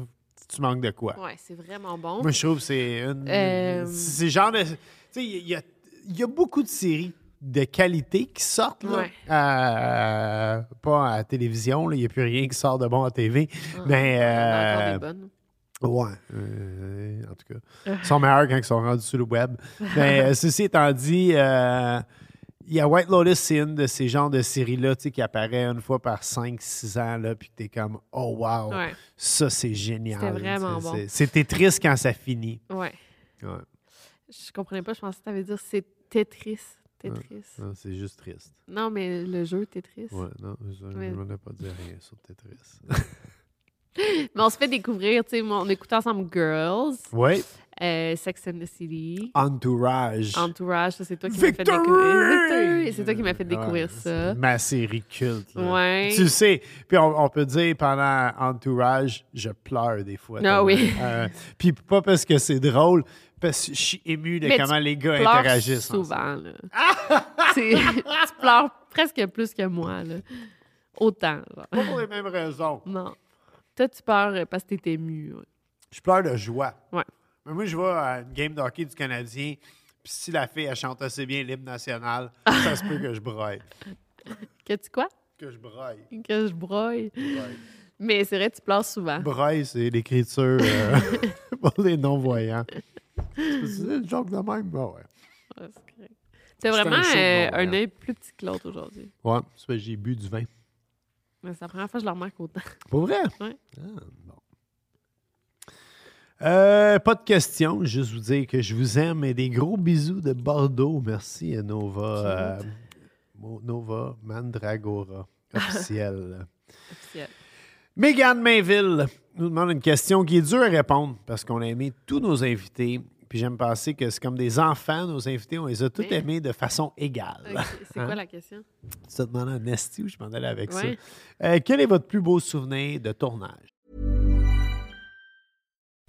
Speaker 2: tu manques de quoi?
Speaker 1: Ouais, c'est vraiment bon.
Speaker 2: Moi, je trouve que c'est une.
Speaker 1: Euh,
Speaker 2: C'est genre de. Tu sais, il y a, il y a beaucoup de séries de qualité qui sortent, là.
Speaker 1: Ouais.
Speaker 2: à- pas à la télévision, là. il n'y a plus rien qui sort de bon à TV. Mais.
Speaker 1: On a encore
Speaker 2: euh,
Speaker 1: des bonnes.
Speaker 2: Ouais. euh, en tout cas, ils sont meilleurs quand ils sont rendus sur le web. Mais euh, ceci étant dit, euh, il y a White Lotus, c'est une de ces genres de séries-là tu sais, qui apparaît une fois par 5-6 ans, là, puis que t'es comme, oh wow,
Speaker 1: Ouais.
Speaker 2: ça c'est génial.
Speaker 1: C'était vraiment
Speaker 2: C'est-
Speaker 1: bon.
Speaker 2: c'est- C'est triste quand ça finit.
Speaker 1: Ouais.
Speaker 2: Ouais.
Speaker 1: Je comprenais pas, je pensais que tu avais dit c'est Tetris. Tetris.
Speaker 2: Non, c'est juste triste.
Speaker 1: Non, mais le jeu Tetris.
Speaker 2: Ouais, non, je ne
Speaker 1: Mais-
Speaker 2: voulais pas dire rien sur Tetris.
Speaker 1: Mais on se fait découvrir, tu sais, moi, on écoute ensemble Girls,
Speaker 2: Oui.
Speaker 1: euh, Sex and the City,
Speaker 2: Ah. Entourage.
Speaker 1: Entourage, ça c'est toi qui m'as fait découvrir. Victory! C'est toi qui m'as fait découvrir
Speaker 2: Ouais,
Speaker 1: ça.
Speaker 2: c'est Ma série culte. là.
Speaker 1: Euh. Ouais.
Speaker 2: Tu sais, puis on, on peut dire pendant Entourage, je pleure des fois.
Speaker 1: Ah oui.
Speaker 2: Euh, puis pas parce que c'est drôle, parce que je suis ému de
Speaker 1: Mais
Speaker 2: comment
Speaker 1: tu
Speaker 2: les gars
Speaker 1: pleures
Speaker 2: interagissent. hein,
Speaker 1: souvent,
Speaker 2: ensemble.
Speaker 1: là. C'est- tu pleures presque plus que moi, là. Autant, genre.
Speaker 2: Pas pour les mêmes raisons.
Speaker 1: Non. Toi, tu pleures euh, parce que t'es ému. ouais.
Speaker 2: Je pleure de joie.
Speaker 1: Ouais.
Speaker 2: Mais moi, je vais à une game de hockey du Canadien, puis si la fille, elle chante assez bien l'hymne national, ça se peut que je braille.
Speaker 1: Que tu quoi?
Speaker 2: Que je braille.
Speaker 1: Que je broille. Mais c'est vrai, tu pleures souvent.
Speaker 2: Braille, c'est l'écriture euh, pour les non-voyants. C'est une joke de même, bah ouais.
Speaker 1: Ouais, c'est correct. T'as
Speaker 2: C'est un
Speaker 1: vraiment
Speaker 2: show de
Speaker 1: euh,
Speaker 2: Montréal.
Speaker 1: un œil plus petit que l'autre aujourd'hui.
Speaker 2: Ouais, c'est parce que j'ai bu du vin.
Speaker 1: Mais c'est la première fois que je le remarque autant.
Speaker 2: Pour vrai?
Speaker 1: Ouais.
Speaker 2: Ah, bon. Euh, pas de questions, juste vous dire que je vous aime et des gros bisous de Bordeaux. Merci à Nova,
Speaker 1: Cute.
Speaker 2: euh, Mo- Nova Mandragora officielle.
Speaker 1: Officiel.
Speaker 2: Megan Mainville nous demande une question qui est dure à répondre parce qu'on a aimé tous nos invités. Puis j'aime penser que c'est comme des enfants, nos invités, on les a tous
Speaker 1: Mais-
Speaker 2: aimés de façon égale.
Speaker 1: Ok, C'est quoi la question?
Speaker 2: Tu te demandais un esti ou je m'en allais avec
Speaker 1: Ouais.
Speaker 2: ça. Euh, quel est votre plus beau souvenir de tournage?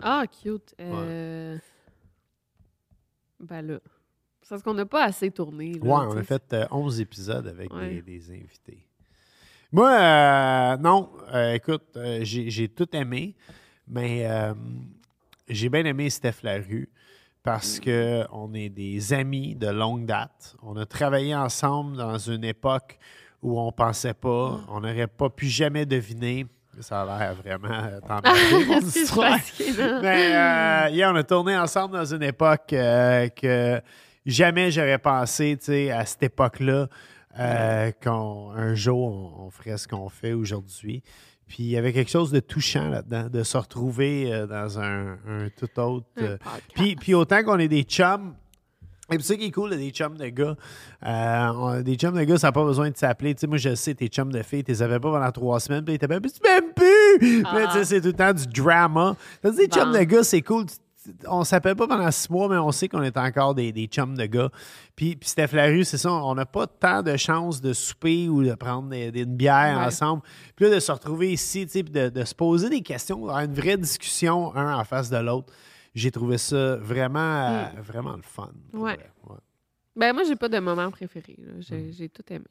Speaker 1: Ah, cute. Euh... Ben là. C'est parce qu'on n'a pas assez tourné. là,
Speaker 2: Ouais, on
Speaker 1: tu
Speaker 2: a
Speaker 1: sais.
Speaker 2: fait euh, 11 épisodes avec
Speaker 1: Ouais.
Speaker 2: des, des invités. Moi, euh, non, euh, écoute, euh, j'ai j'ai tout aimé, mais euh, j'ai bien aimé Steph Larue
Speaker 1: Mm.
Speaker 2: parce que on est des amis de longue date. On a travaillé ensemble dans une époque où on pensait
Speaker 1: Mm.
Speaker 2: pas, on n'aurait pas pu jamais deviner. Ça a l'air vraiment euh, t'emmerder, mon
Speaker 1: Excuse, je suis
Speaker 2: histoire.
Speaker 1: fatiguée, là.
Speaker 2: Mais euh, yeah, on a tourné ensemble dans une époque euh, que jamais j'aurais pensé, tu sais, à cette époque-là, euh, qu'on- un jour on, on ferait ce qu'on fait aujourd'hui. Puis il y avait quelque chose de touchant là-dedans, de se retrouver euh, dans un, un tout autre. euh,
Speaker 1: podcast.
Speaker 2: puis, puis autant qu'on est des chums, et puis, c'est ça qui est cool, là, des chums de gars. Euh, on- des chums de gars, ça n'a pas besoin de s'appeler. Tu sais, moi, je sais, tes chums de filles, tu les avais pas pendant trois semaines, puis ils t'appellent, puis tu m'aimes plus! Puis là, tu sais, c'est tout le temps du drama. T'as dit, des chums de gars, c'est cool. Tu- tu- On s'appelle pas pendant six mois, mais on sait qu'on est encore des, des chums de gars. Puis, puis Steph Larue, c'est ça, on n'a pas tant de chances de souper ou de prendre des- des- une bière ensemble. Puis là, de se retrouver ici, tu sais, puis de, de se poser des questions, avoir une vraie discussion, un en face de l'autre. J'ai trouvé ça vraiment, euh, vraiment le fun. pour
Speaker 1: Ouais.
Speaker 2: vrai. ouais.
Speaker 1: Ben moi, j'ai pas de moment préféré. là. J'ai j'ai tout aimé.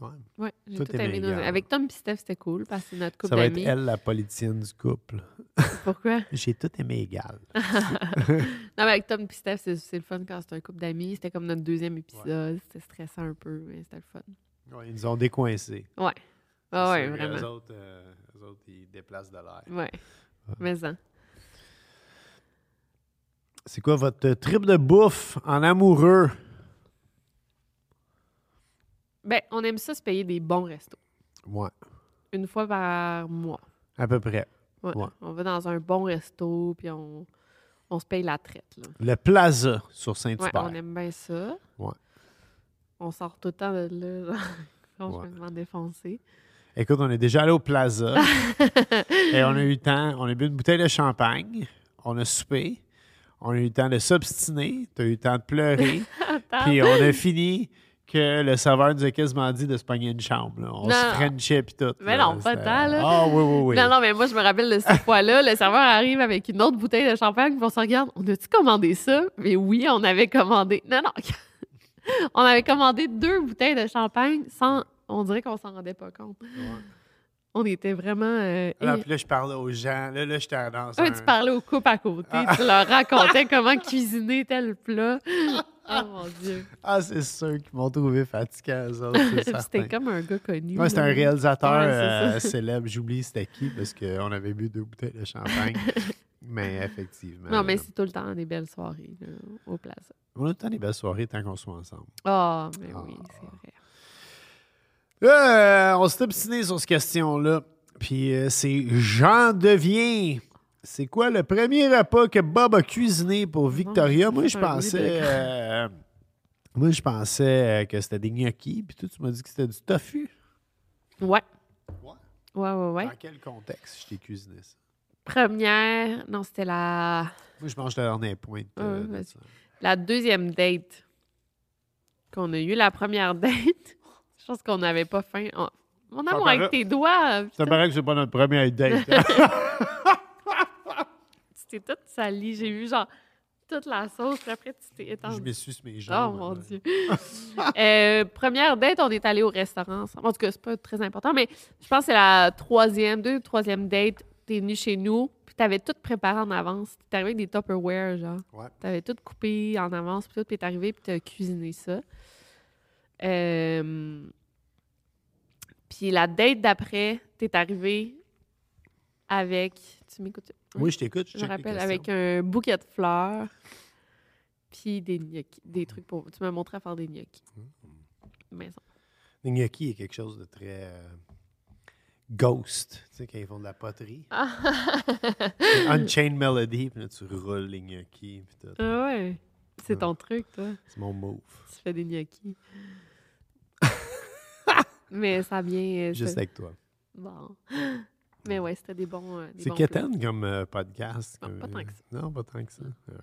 Speaker 2: Ouais.
Speaker 1: Ouais, j'ai
Speaker 2: Hmm. Tout
Speaker 1: tout,
Speaker 2: aimé
Speaker 1: aimé. nos-
Speaker 2: également.
Speaker 1: Avec Tom et Steph, c'était cool parce que c'est notre couple
Speaker 2: Ça va être
Speaker 1: d'amis.
Speaker 2: elle, la politicienne du couple.
Speaker 1: Pourquoi?
Speaker 2: J'ai tout aimé égal.
Speaker 1: Non, mais avec Tom et Steph, c'est c'est le fun quand c'est un couple d'amis. C'était comme notre deuxième épisode. C'était stressant un peu, mais c'était le fun.
Speaker 2: Ouais, ils nous ont décoincés.
Speaker 1: Ouais. Ah ouais,
Speaker 2: Parce que Eux
Speaker 1: vraiment.
Speaker 2: autres, euh, eux autres, ils déplacent de l'air.
Speaker 1: Ouais. Mais ça.
Speaker 2: C'est quoi votre trip de bouffe en amoureux?
Speaker 1: Ben, on aime ça se payer des bons restos.
Speaker 2: Ouais,
Speaker 1: Une fois par mois.
Speaker 2: à peu près.
Speaker 1: Ouais.
Speaker 2: Ouais.
Speaker 1: On va dans un bon resto, puis on, on se paye la traite. Là.
Speaker 2: Le Plaza sur
Speaker 1: Ouais,
Speaker 2: Saint-Hubert.
Speaker 1: on aime bien ça.
Speaker 2: Ouais.
Speaker 1: On sort tout le temps de là. genre, Quand
Speaker 2: Ouais.
Speaker 1: je me demande défoncer.
Speaker 2: Écoute, on est déjà allé au Plaza et on a eu le temps, on a bu une bouteille de champagne, on a soupé, on a eu le temps de s'obstiner, tu as eu le temps de pleurer, puis on a fini que le serveur nous a quasiment dit de se pogner une chambre. là. On
Speaker 1: Non,
Speaker 2: se
Speaker 1: non.
Speaker 2: frenchait et tout.
Speaker 1: Mais
Speaker 2: là.
Speaker 1: non, pas
Speaker 2: C'était-
Speaker 1: tant, là.
Speaker 2: Ah oui, oui, oui.
Speaker 1: Non, non, mais moi, je me rappelle de cette fois-là. Le serveur arrive avec une autre bouteille de champagne, puis on se regarde. On a-tu commandé ça? Mais oui, on avait commandé. Non, non. on avait commandé deux bouteilles de champagne sans. On dirait qu'on s'en rendait pas compte. On était vraiment. euh,
Speaker 2: Là,
Speaker 1: et-
Speaker 2: puis là, je parlais aux gens. Là, là j'étais dans
Speaker 1: Eux,
Speaker 2: un- Ah.
Speaker 1: tu parlais aux couples à côté. Tu leur racontais comment cuisiner tel plat. Oh mon Dieu.
Speaker 2: Ah, c'est sûr qu'ils m'ont trouvé fatigué, eux autres,
Speaker 1: Puis
Speaker 2: c'est certain.
Speaker 1: C'était comme un gars connu.
Speaker 2: Ouais, c'était un
Speaker 1: là.
Speaker 2: réalisateur
Speaker 1: Ouais, c'est
Speaker 2: euh,
Speaker 1: ça.
Speaker 2: célèbre. J'oublie c'était qui parce qu'on avait bu deux bouteilles de champagne. mais effectivement.
Speaker 1: Non, mais
Speaker 2: là,
Speaker 1: c'est tout le temps des belles soirées là, au plaza.
Speaker 2: On a tout le temps des belles soirées tant qu'on soit ensemble.
Speaker 1: Ah, mais oui, c'est vrai.
Speaker 2: Euh, on s'est obstiné sur cette question-là. Puis euh, c'est Jean Devient. C'est quoi le premier repas que Bob a cuisiné
Speaker 1: Ah,
Speaker 2: pour Victoria?
Speaker 1: ça
Speaker 2: Moi,
Speaker 1: fait
Speaker 2: je
Speaker 1: un bruit
Speaker 2: pensais.
Speaker 1: de-
Speaker 2: euh, moi, je pensais euh, que c'était des gnocchis. Puis toi, tu m'as dit que c'était du tofu.
Speaker 1: Ouais. Ouais, ouais, ouais.
Speaker 2: Dans quel contexte je t'ai cuisiné ça?
Speaker 1: Première, non, c'était la,
Speaker 2: Moi, je mange la dernière pointe.
Speaker 1: Ah
Speaker 2: euh,
Speaker 1: ouais,
Speaker 2: de
Speaker 1: vas-y.
Speaker 2: ça.
Speaker 1: la deuxième date qu'on a eue. La première date, je pense qu'on n'avait pas faim. On, on a
Speaker 2: Ça
Speaker 1: moins avec
Speaker 2: paraît-
Speaker 1: tes doigts.
Speaker 2: Ça
Speaker 1: putain,
Speaker 2: paraît que c'est pas notre première date. hein.
Speaker 1: Tu t'es toute salie. J'ai eu genre toute la sauce. puis Après, tu t'es
Speaker 2: je
Speaker 1: étendue.
Speaker 2: me suis mes
Speaker 1: Oh
Speaker 2: jambes.
Speaker 1: mon
Speaker 2: là.
Speaker 1: Dieu. Euh, première date, on est allé au restaurant ensemble. En tout cas, c'est pas très important, mais je pense que c'est la troisième, deux, troisième date. T'es venu chez nous, puis t'avais tout préparé en avance. T'es arrivé avec des Tupperware, genre.
Speaker 2: Ouais.
Speaker 1: T'avais tout coupé en avance, puis tout, puis t'es arrivé, puis t'as cuisiné ça. Euh, Puis la date d'après, t'es arrivé avec. Tu m'écoutes?
Speaker 2: Oui, je t'écoute.
Speaker 1: Je
Speaker 2: check
Speaker 1: me
Speaker 2: les
Speaker 1: rappelle,
Speaker 2: questions.
Speaker 1: avec un bouquet de fleurs, puis des gnocchis, des trucs pour... Tu m'as montré à faire des gnocchis.
Speaker 2: Mmh.
Speaker 1: Maison.
Speaker 2: Les gnocchis est quelque chose de très euh, ghost, tu sais, quand ils font de la poterie.
Speaker 1: Ah.
Speaker 2: Unchained Melody, puis là, tu roules les gnocchis, puis tout.
Speaker 1: Ah ouais, c'est ton truc, toi.
Speaker 2: C'est mon move.
Speaker 1: Tu fais des gnocchis. Mais ça vient... euh,
Speaker 2: Juste
Speaker 1: ça-
Speaker 2: avec toi.
Speaker 1: Bon. Mais ouais, c'était des bons... euh, des
Speaker 2: C'est
Speaker 1: bons
Speaker 2: quétaine comme euh, podcast.
Speaker 1: Non,
Speaker 2: comme,
Speaker 1: pas tant que
Speaker 2: euh, Non, pas tant que ça. All right.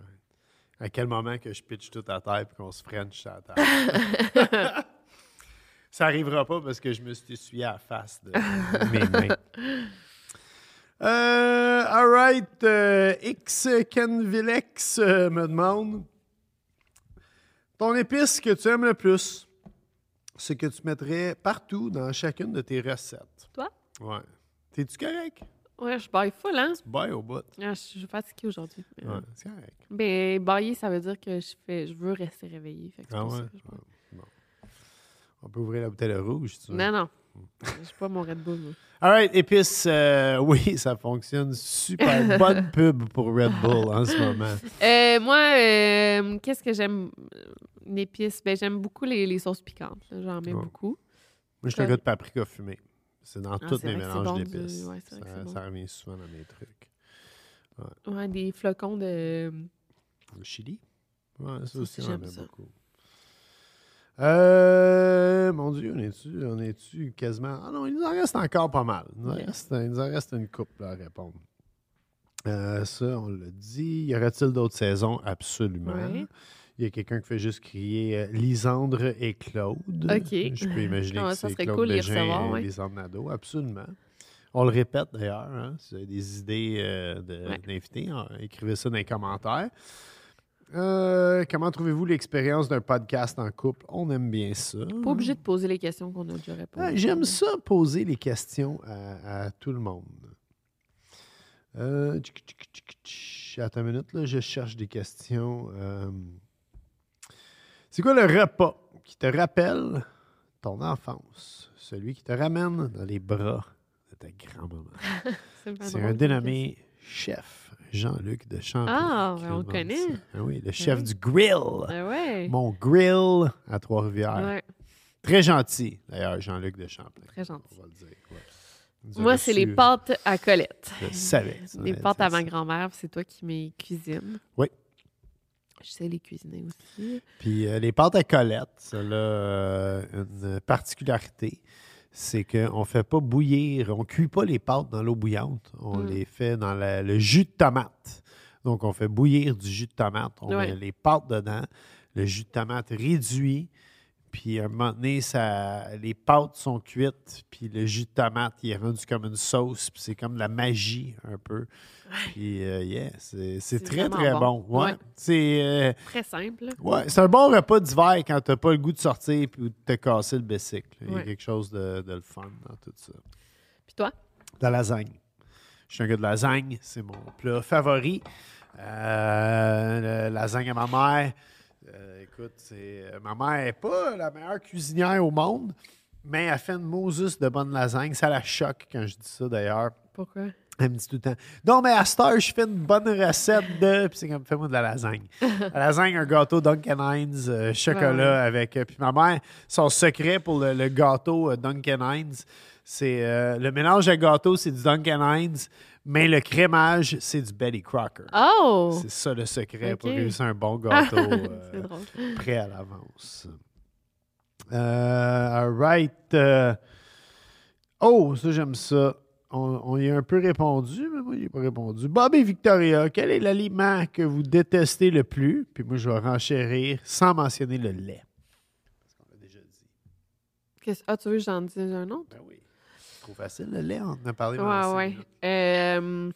Speaker 2: À quel moment que je pitche tout à terre et qu'on se french à terre? ça arrivera pas parce que je me suis essuyé à la face de de mes mains. Euh, all right. euh, X Canvilex euh, me demande Ton épice que tu aimes le plus, ce que tu mettrais partout dans chacune de tes recettes.
Speaker 1: Toi?
Speaker 2: Ouais. T'es-tu correct?
Speaker 1: Ouais, je baille full, hein?
Speaker 2: Bye au bout.
Speaker 1: Ah, je suis fatiguée aujourd'hui. Mais,
Speaker 2: Ouais, Ah, c'est correct.
Speaker 1: Ben, bailler, ça veut dire que je fais, je veux rester réveillée. Fait que c'est
Speaker 2: Ah
Speaker 1: pour
Speaker 2: ouais?
Speaker 1: ça que je baille.
Speaker 2: On peut ouvrir la bouteille de rouge, si tu veux.
Speaker 1: Non, non.
Speaker 2: Mmh.
Speaker 1: Je suis pas mon Red Bull, moi.
Speaker 2: All right, épices, euh, oui, ça fonctionne super. Bonne pub pour Red Bull en ce moment.
Speaker 1: Euh, moi, euh, qu'est-ce que j'aime euh, une épice? Ben, j'aime beaucoup les, les sauces piquantes. là. J'en mets
Speaker 2: Ouais.
Speaker 1: beaucoup.
Speaker 2: Moi, je te
Speaker 1: Comme-
Speaker 2: goûte paprika fumé. C'est dans tous
Speaker 1: Ah, c'est
Speaker 2: mes
Speaker 1: vrai que c'est
Speaker 2: mélanges
Speaker 1: bon du-
Speaker 2: d'épices.
Speaker 1: ouais, c'est
Speaker 2: ça,
Speaker 1: vrai que c'est bon.
Speaker 2: ça revient souvent dans mes trucs.
Speaker 1: Ouais, des flocons de.
Speaker 2: Le chili? Ouais, ça aussi,
Speaker 1: j'aime
Speaker 2: j'en aime
Speaker 1: ça.
Speaker 2: beaucoup. Euh, mon Dieu, on est-tu on est quasiment. Ah non, il nous en reste encore pas mal. Il nous en reste, il nous en reste une coupe à répondre. Euh, ça, on l'a dit. Y aurait-il d'autres saisons? Absolument.
Speaker 1: Ouais.
Speaker 2: Il y a quelqu'un qui fait juste crier euh, Lisandre et Claude.
Speaker 1: Ok.
Speaker 2: Je peux imaginer
Speaker 1: Ah,
Speaker 2: que
Speaker 1: ça
Speaker 2: c'est
Speaker 1: serait
Speaker 2: Claude
Speaker 1: cool de les
Speaker 2: Bégin
Speaker 1: recevoir,
Speaker 2: et
Speaker 1: ouais.
Speaker 2: Lisandre Nadeau. Absolument. On le répète d'ailleurs. hein, si vous avez des idées euh, de-
Speaker 1: Ouais.
Speaker 2: d'invités, hein, écrivez ça dans les commentaires. Euh, comment trouvez-vous l'expérience d'un podcast en couple? On aime bien ça.
Speaker 1: Pas obligé de poser les questions qu'on a déjà
Speaker 2: Ah,
Speaker 1: répondu.
Speaker 2: J'aime ça poser les questions à, à tout le monde. Euh, tchic, tchic, tchic, tchic. attends une minute, là, je cherche des questions. Euh, C'est quoi le repas qui te rappelle ton enfance? Celui qui te ramène dans les bras de ta grand-maman.
Speaker 1: pas
Speaker 2: C'est
Speaker 1: drôle,
Speaker 2: un
Speaker 1: comme
Speaker 2: dénommé chef Jean-Luc de Champy.
Speaker 1: Ah,
Speaker 2: qui
Speaker 1: ben,
Speaker 2: nous
Speaker 1: on
Speaker 2: demande
Speaker 1: connaît.
Speaker 2: ça. Ah oui, le chef du grill.
Speaker 1: question. Ah ouais.
Speaker 2: Mon grill à Trois-Rivières.
Speaker 1: Ouais.
Speaker 2: Très gentil, d'ailleurs, Jean-Luc de Champlain.
Speaker 1: Très gentil.
Speaker 2: On va le dire. ouais. Il nous a
Speaker 1: Moi, c'est
Speaker 2: reçus,
Speaker 1: les pâtes à Colette.
Speaker 2: Je le savais. ça
Speaker 1: Des
Speaker 2: allait
Speaker 1: pâtes
Speaker 2: dire
Speaker 1: à ma
Speaker 2: ça.
Speaker 1: grand-mère, puis c'est toi qui me cuisines.
Speaker 2: Oui.
Speaker 1: Je sais les cuisiner aussi.
Speaker 2: Puis euh, les pâtes à Colette, ça a euh, une particularité. C'est qu'on ne fait pas bouillir, on ne cuit pas les pâtes dans l'eau bouillante, on
Speaker 1: Hmm.
Speaker 2: les fait dans la- le jus de tomate. Donc, on fait bouillir du jus de tomate, on
Speaker 1: Ouais.
Speaker 2: met les pâtes dedans, le jus de tomate réduit, Puis à un moment donné, ça, les pâtes sont cuites, puis le jus de tomate, il est rendu comme une sauce, puis c'est comme de la magie un peu. Puis, euh, yeah, c'est, c'est
Speaker 1: C'est
Speaker 2: très,
Speaker 1: vraiment
Speaker 2: très bon.
Speaker 1: bon.
Speaker 2: Ouais.
Speaker 1: Ouais.
Speaker 2: C'est, euh,
Speaker 1: Très simple. là.
Speaker 2: ouais, c'est un bon repas d'hiver quand t'as pas le goût de sortir puis de te casser le bicycle. Il y a
Speaker 1: Ouais.
Speaker 2: quelque chose de, de le fun dans tout ça.
Speaker 1: Puis toi?
Speaker 2: De la lasagne. Je suis un gars de lasagne. C'est mon plat favori. Euh, le- lasagne à ma mère. Euh, écoute, c'est, ma mère n'est pas la meilleure cuisinière au monde, mais elle fait une Moses de bonne lasagne. Ça la choque quand je dis ça d'ailleurs.
Speaker 1: Pourquoi?
Speaker 2: Elle me dit tout le temps Non, mais à cette heure, je fais une bonne recette de. Puis c'est comme Fais-moi de la lasagne. la lasagne, un gâteau Duncan Hines, euh, chocolat
Speaker 1: Ouais, ouais.
Speaker 2: avec. euh, puis ma mère, son secret pour le, le gâteau euh, Duncan Hines, c'est euh, le mélange à gâteau, c'est du Duncan Hines, mais le crémage, c'est du Betty Crocker.
Speaker 1: Oh!
Speaker 2: C'est ça le secret pour
Speaker 1: Ok.
Speaker 2: réussir un bon gâteau euh,
Speaker 1: Ah, C'est drôle.
Speaker 2: prêt à l'avance. Euh, all right. euh, oh, ça, j'aime ça. On, on y a un peu répondu, mais moi, il a pas répondu. Bob et Victoria, quel est l'aliment que vous détestez le plus? Puis moi, je vais renchérir sans mentionner le lait.
Speaker 1: Qu'est-ce- Ah, tu veux que j'en dise un autre?
Speaker 2: Ben oui. C'est trop facile, le lait. On en a parlé
Speaker 1: Ouais, ouais. Euh,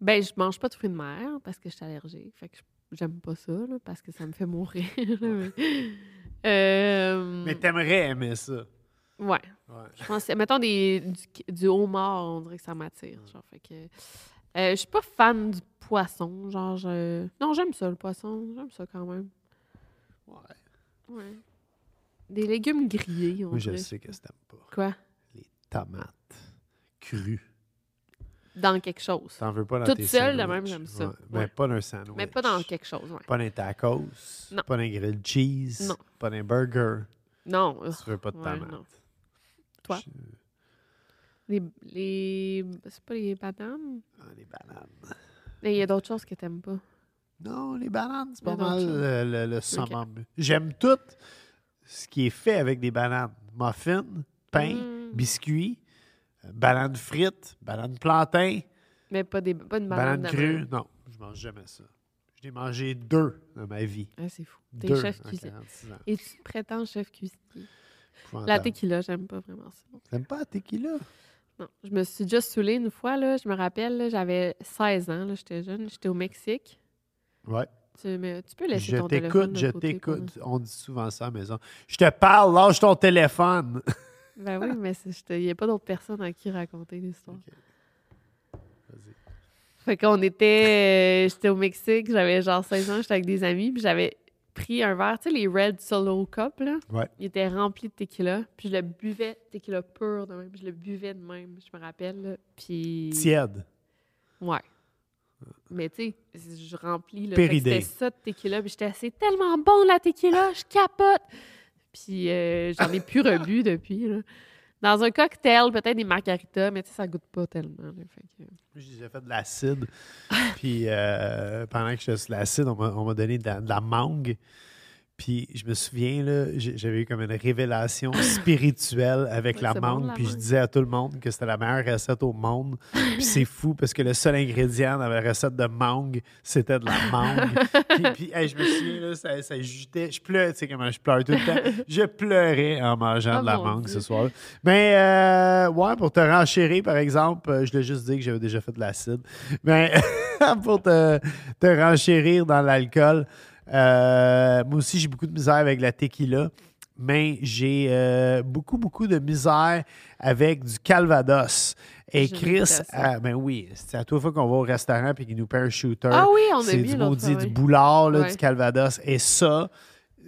Speaker 1: ben, je mange pas de fruits de mer parce que je suis allergique. Fait que je- j'aime pas ça, là, parce que ça me fait mourir. là, mais- Euh,
Speaker 2: Mais t'aimerais aimer ça.
Speaker 1: ouais.
Speaker 2: Ouais.
Speaker 1: Je pense, mettons des, du, du homard, on dirait que ça m'attire. Genre, fait que, euh, je suis pas fan du poisson. Genre, je- non, j'aime ça, le poisson. J'aime ça quand même.
Speaker 2: Ouais.
Speaker 1: Ouais. Des légumes grillés, on
Speaker 2: Moi, je
Speaker 1: dirait.
Speaker 2: sais que t'aimes pas.
Speaker 1: Quoi?
Speaker 2: Les tomates crues.
Speaker 1: Dans quelque chose.
Speaker 2: T'en veux pas dans
Speaker 1: Toute
Speaker 2: tes
Speaker 1: seule, de
Speaker 2: sandwichs.
Speaker 1: même, j'aime ça.
Speaker 2: Ouais, Mais
Speaker 1: Ouais.
Speaker 2: pas d'un sandwich.
Speaker 1: Mais pas dans quelque chose, ouais.
Speaker 2: Pas d'un tacos.
Speaker 1: Non.
Speaker 2: Pas d'un grilled cheese.
Speaker 1: Non.
Speaker 2: Pas d'un burger.
Speaker 1: Non.
Speaker 2: Tu veux pas de
Speaker 1: ouais,
Speaker 2: tomates.
Speaker 1: non. Toi?
Speaker 2: Je-
Speaker 1: Les, les- C'est pas les bananes?
Speaker 2: Ah, les bananes.
Speaker 1: Mais il y a d'autres choses que t'aimes pas.
Speaker 2: Non, les bananes, c'est
Speaker 1: Il y
Speaker 2: pas
Speaker 1: a d'autres
Speaker 2: mal
Speaker 1: choses.
Speaker 2: euh, le, le summum. J'aime tout ce qui est fait avec des bananes. Muffins, pain,
Speaker 1: Mm.
Speaker 2: biscuits, euh, bananes frites, bananes plantain,
Speaker 1: Mais pas, des, pas une banane.
Speaker 2: bananes
Speaker 1: de
Speaker 2: crues.
Speaker 1: même.
Speaker 2: Non, je mange jamais ça. Je n'ai mangé deux dans ma vie.
Speaker 1: Ah, c'est fou. T'es
Speaker 2: Deux
Speaker 1: chef
Speaker 2: en
Speaker 1: cuisinier.
Speaker 2: 46 ans.
Speaker 1: Et tu te prétends chef cuisinier. La
Speaker 2: Épouvantable.
Speaker 1: tequila, j'aime pas vraiment ça.
Speaker 2: T'aimes pas la tequila?
Speaker 1: Non, je me suis déjà saoulée une fois, là. Je me rappelle, là, j'avais 16 ans, là, j'étais jeune, j'étais au Mexique.
Speaker 2: Ouais.
Speaker 1: Tu, me- tu peux laisser
Speaker 2: Je
Speaker 1: ton téléphone
Speaker 2: t'écoute,
Speaker 1: de
Speaker 2: je
Speaker 1: côté
Speaker 2: t'écoute. On dit souvent ça à la maison. Je te parle, lâche ton téléphone.
Speaker 1: pendant- Ben oui, mais c'est- j'étais- il n'y a pas d'autres personnes à qui raconter l'histoire. Fait qu'on était... euh, j'étais au Mexique, j'avais genre 16 ans, j'étais avec des amis, puis j'avais pris un verre, tu sais, les Red Solo Cup, là.
Speaker 2: Ouais.
Speaker 1: Il était rempli de tequila, puis je le buvais, tequila pur de même, je le buvais de même, je me rappelle, là. Puis...
Speaker 2: Tiède.
Speaker 1: Ouais. Mais tu sais, je remplis le
Speaker 2: Péridée.
Speaker 1: C'était ça de tequila. Puis j'étais c'est tellement bon la tequila, je capote. Puis euh, j'en ai plus rebu depuis. là. Dans un cocktail, peut-être des margaritas, mais tu sais, ça goûte pas tellement. là. Fait que-
Speaker 2: Moi, J'ai déjà fait de l'acide. Puis euh, pendant que j'étais sur l'acide, on m'a- on m'a donné de la, de la mangue. Puis je me souviens, là, j'ai- j'avais eu comme une révélation spirituelle avec
Speaker 1: Ouais,
Speaker 2: la
Speaker 1: c'est bon,
Speaker 2: mangue.
Speaker 1: la
Speaker 2: puis je
Speaker 1: mangue.
Speaker 2: disais à tout le monde que c'était la meilleure recette au monde. puis c'est fou parce que le seul ingrédient dans la recette de mangue, c'était de la mangue. puis puis, hey, je me souviens, là, ça, ça jutait. Je pleurais, tu sais comment je pleure tout le temps. Je pleurais en mangeant
Speaker 1: Ah,
Speaker 2: de la
Speaker 1: mon
Speaker 2: mangue
Speaker 1: Dieu.
Speaker 2: ce soir. Mais euh, ouais, pour te renchérir, par exemple, euh, je l'ai juste dit que j'avais déjà fait de l'acide. Mais pour te, te renchérir dans l'alcool, euh, moi aussi, j'ai beaucoup de misère avec la tequila. Mais j'ai euh, beaucoup, beaucoup de misère avec du Calvados. Et
Speaker 1: J'ai goûté à
Speaker 2: Chris,
Speaker 1: ça.
Speaker 2: ah, ben oui, c'est à toi fois qu'on va au restaurant et qu'il nous paie un shooter.
Speaker 1: Ah oui, on a
Speaker 2: C'est
Speaker 1: bu
Speaker 2: du
Speaker 1: l'autre
Speaker 2: maudit,
Speaker 1: fois,
Speaker 2: du
Speaker 1: oui.
Speaker 2: boulard, là,
Speaker 1: Ouais.
Speaker 2: du Calvados. Et ça,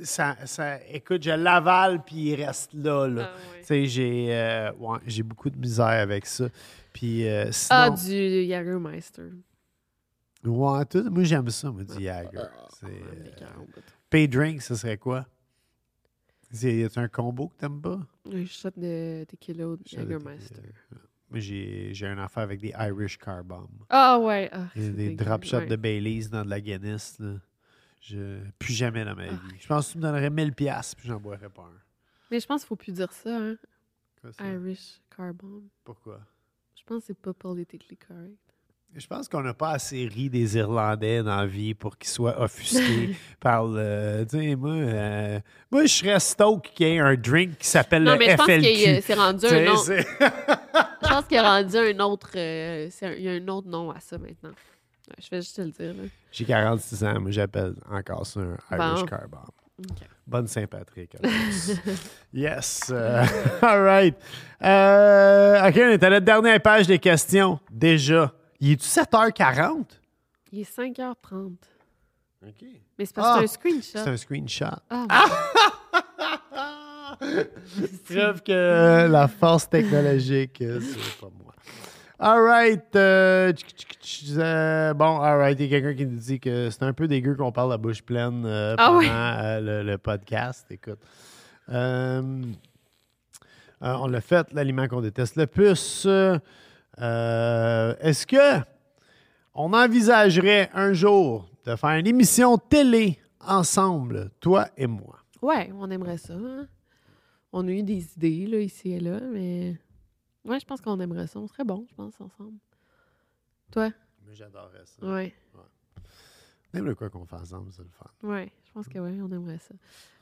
Speaker 2: ça, ça- écoute, je l'avale puis il reste là. là.
Speaker 1: Ah ouais.
Speaker 2: Tu sais, j'ai euh, ouais, j'ai beaucoup de misère avec ça. Puis euh, sinon,
Speaker 1: Ah, du Jagermeister.
Speaker 2: ouais, tout- moi j'aime ça, moi, du
Speaker 1: Ah,
Speaker 2: Jagger. C'est,
Speaker 1: Ouais,
Speaker 2: euh,
Speaker 1: mais quand on goûte.
Speaker 2: pay drink, ce serait quoi? C'est- Y a un combo que t'aimes pas?
Speaker 1: Un shot de tequila ou de
Speaker 2: Ça, là, t'es-
Speaker 1: Jagermeister.
Speaker 2: euh, Moi, j'ai j'ai un affaire avec des Irish Car Bomb.
Speaker 1: Ah ouais. ah,
Speaker 2: Il y a
Speaker 1: c'est
Speaker 2: des
Speaker 1: dégueu.
Speaker 2: drop shots
Speaker 1: Ouais.
Speaker 2: de Baileys dans de la Guinness. Là. Je, plus jamais dans
Speaker 1: Ah.
Speaker 2: ma vie. Je pense que tu me donnerais 1000$ piastres, puis j'en boirais pas un.
Speaker 1: Mais je pense qu'il faut plus dire ça, hein.
Speaker 2: Quoi, ça?
Speaker 1: Irish Carbon.
Speaker 2: Pourquoi?
Speaker 1: Je pense que c'est pas politiquement correct.
Speaker 2: Je pense qu'on n'a pas assez ri des Irlandais dans la vie pour qu'ils soient offusqués par le. Tu sais, moi, euh, moi, je serais stoke qu'il y ait un drink qui s'appelle
Speaker 1: Non,
Speaker 2: le
Speaker 1: mais je pense qu'il euh,
Speaker 2: FLQ.
Speaker 1: s'est rendu
Speaker 2: Tu sais,
Speaker 1: un autre.
Speaker 2: c'est-
Speaker 1: Je pense qu'il a rendu un autre. euh, c'est un- il y a un autre nom à ça maintenant. Ouais, Je vais juste te le dire. là.
Speaker 2: J'ai 46 ans, moi j'appelle encore ça un Irish
Speaker 1: Bon.
Speaker 2: Car Bomb. Bonne Saint-Patrick. à tous. yes. euh, all right. Euh, OK, on est à la dernière page des questions. Déjà. Il est-tu 7h40?
Speaker 1: Il est 5h30.
Speaker 2: OK.
Speaker 1: Mais c'est parce que
Speaker 2: Ah,
Speaker 1: c'est un screenshot.
Speaker 2: C'est un screenshot.
Speaker 1: Ah,
Speaker 2: Preuve que euh, la force technologique, euh, c'est pas moi. All right. euh, tch, tch, tch, tch, euh, bon, all right. Il y a quelqu'un qui nous dit que c'est un peu dégueu qu'on parle la bouche pleine euh,
Speaker 1: Ah
Speaker 2: pendant
Speaker 1: oui.
Speaker 2: euh, le, le podcast. Écoute. Euh, euh, on l'a fait, l'aliment qu'on déteste le plus. Euh, euh, Est-ce que on envisagerait un jour de faire une émission télé ensemble, toi et moi?
Speaker 1: Ouais, on aimerait ça. hein. On a eu des idées là, ici et là, mais. Ouais, je pense qu'on aimerait ça. On serait bon, je pense, ensemble. Toi?
Speaker 2: J'adorerais ça.
Speaker 1: Ouais.
Speaker 2: N'importe quoi qu'on fait ensemble, c'est le fun.
Speaker 1: Ouais, je pense que oui, on aimerait ça.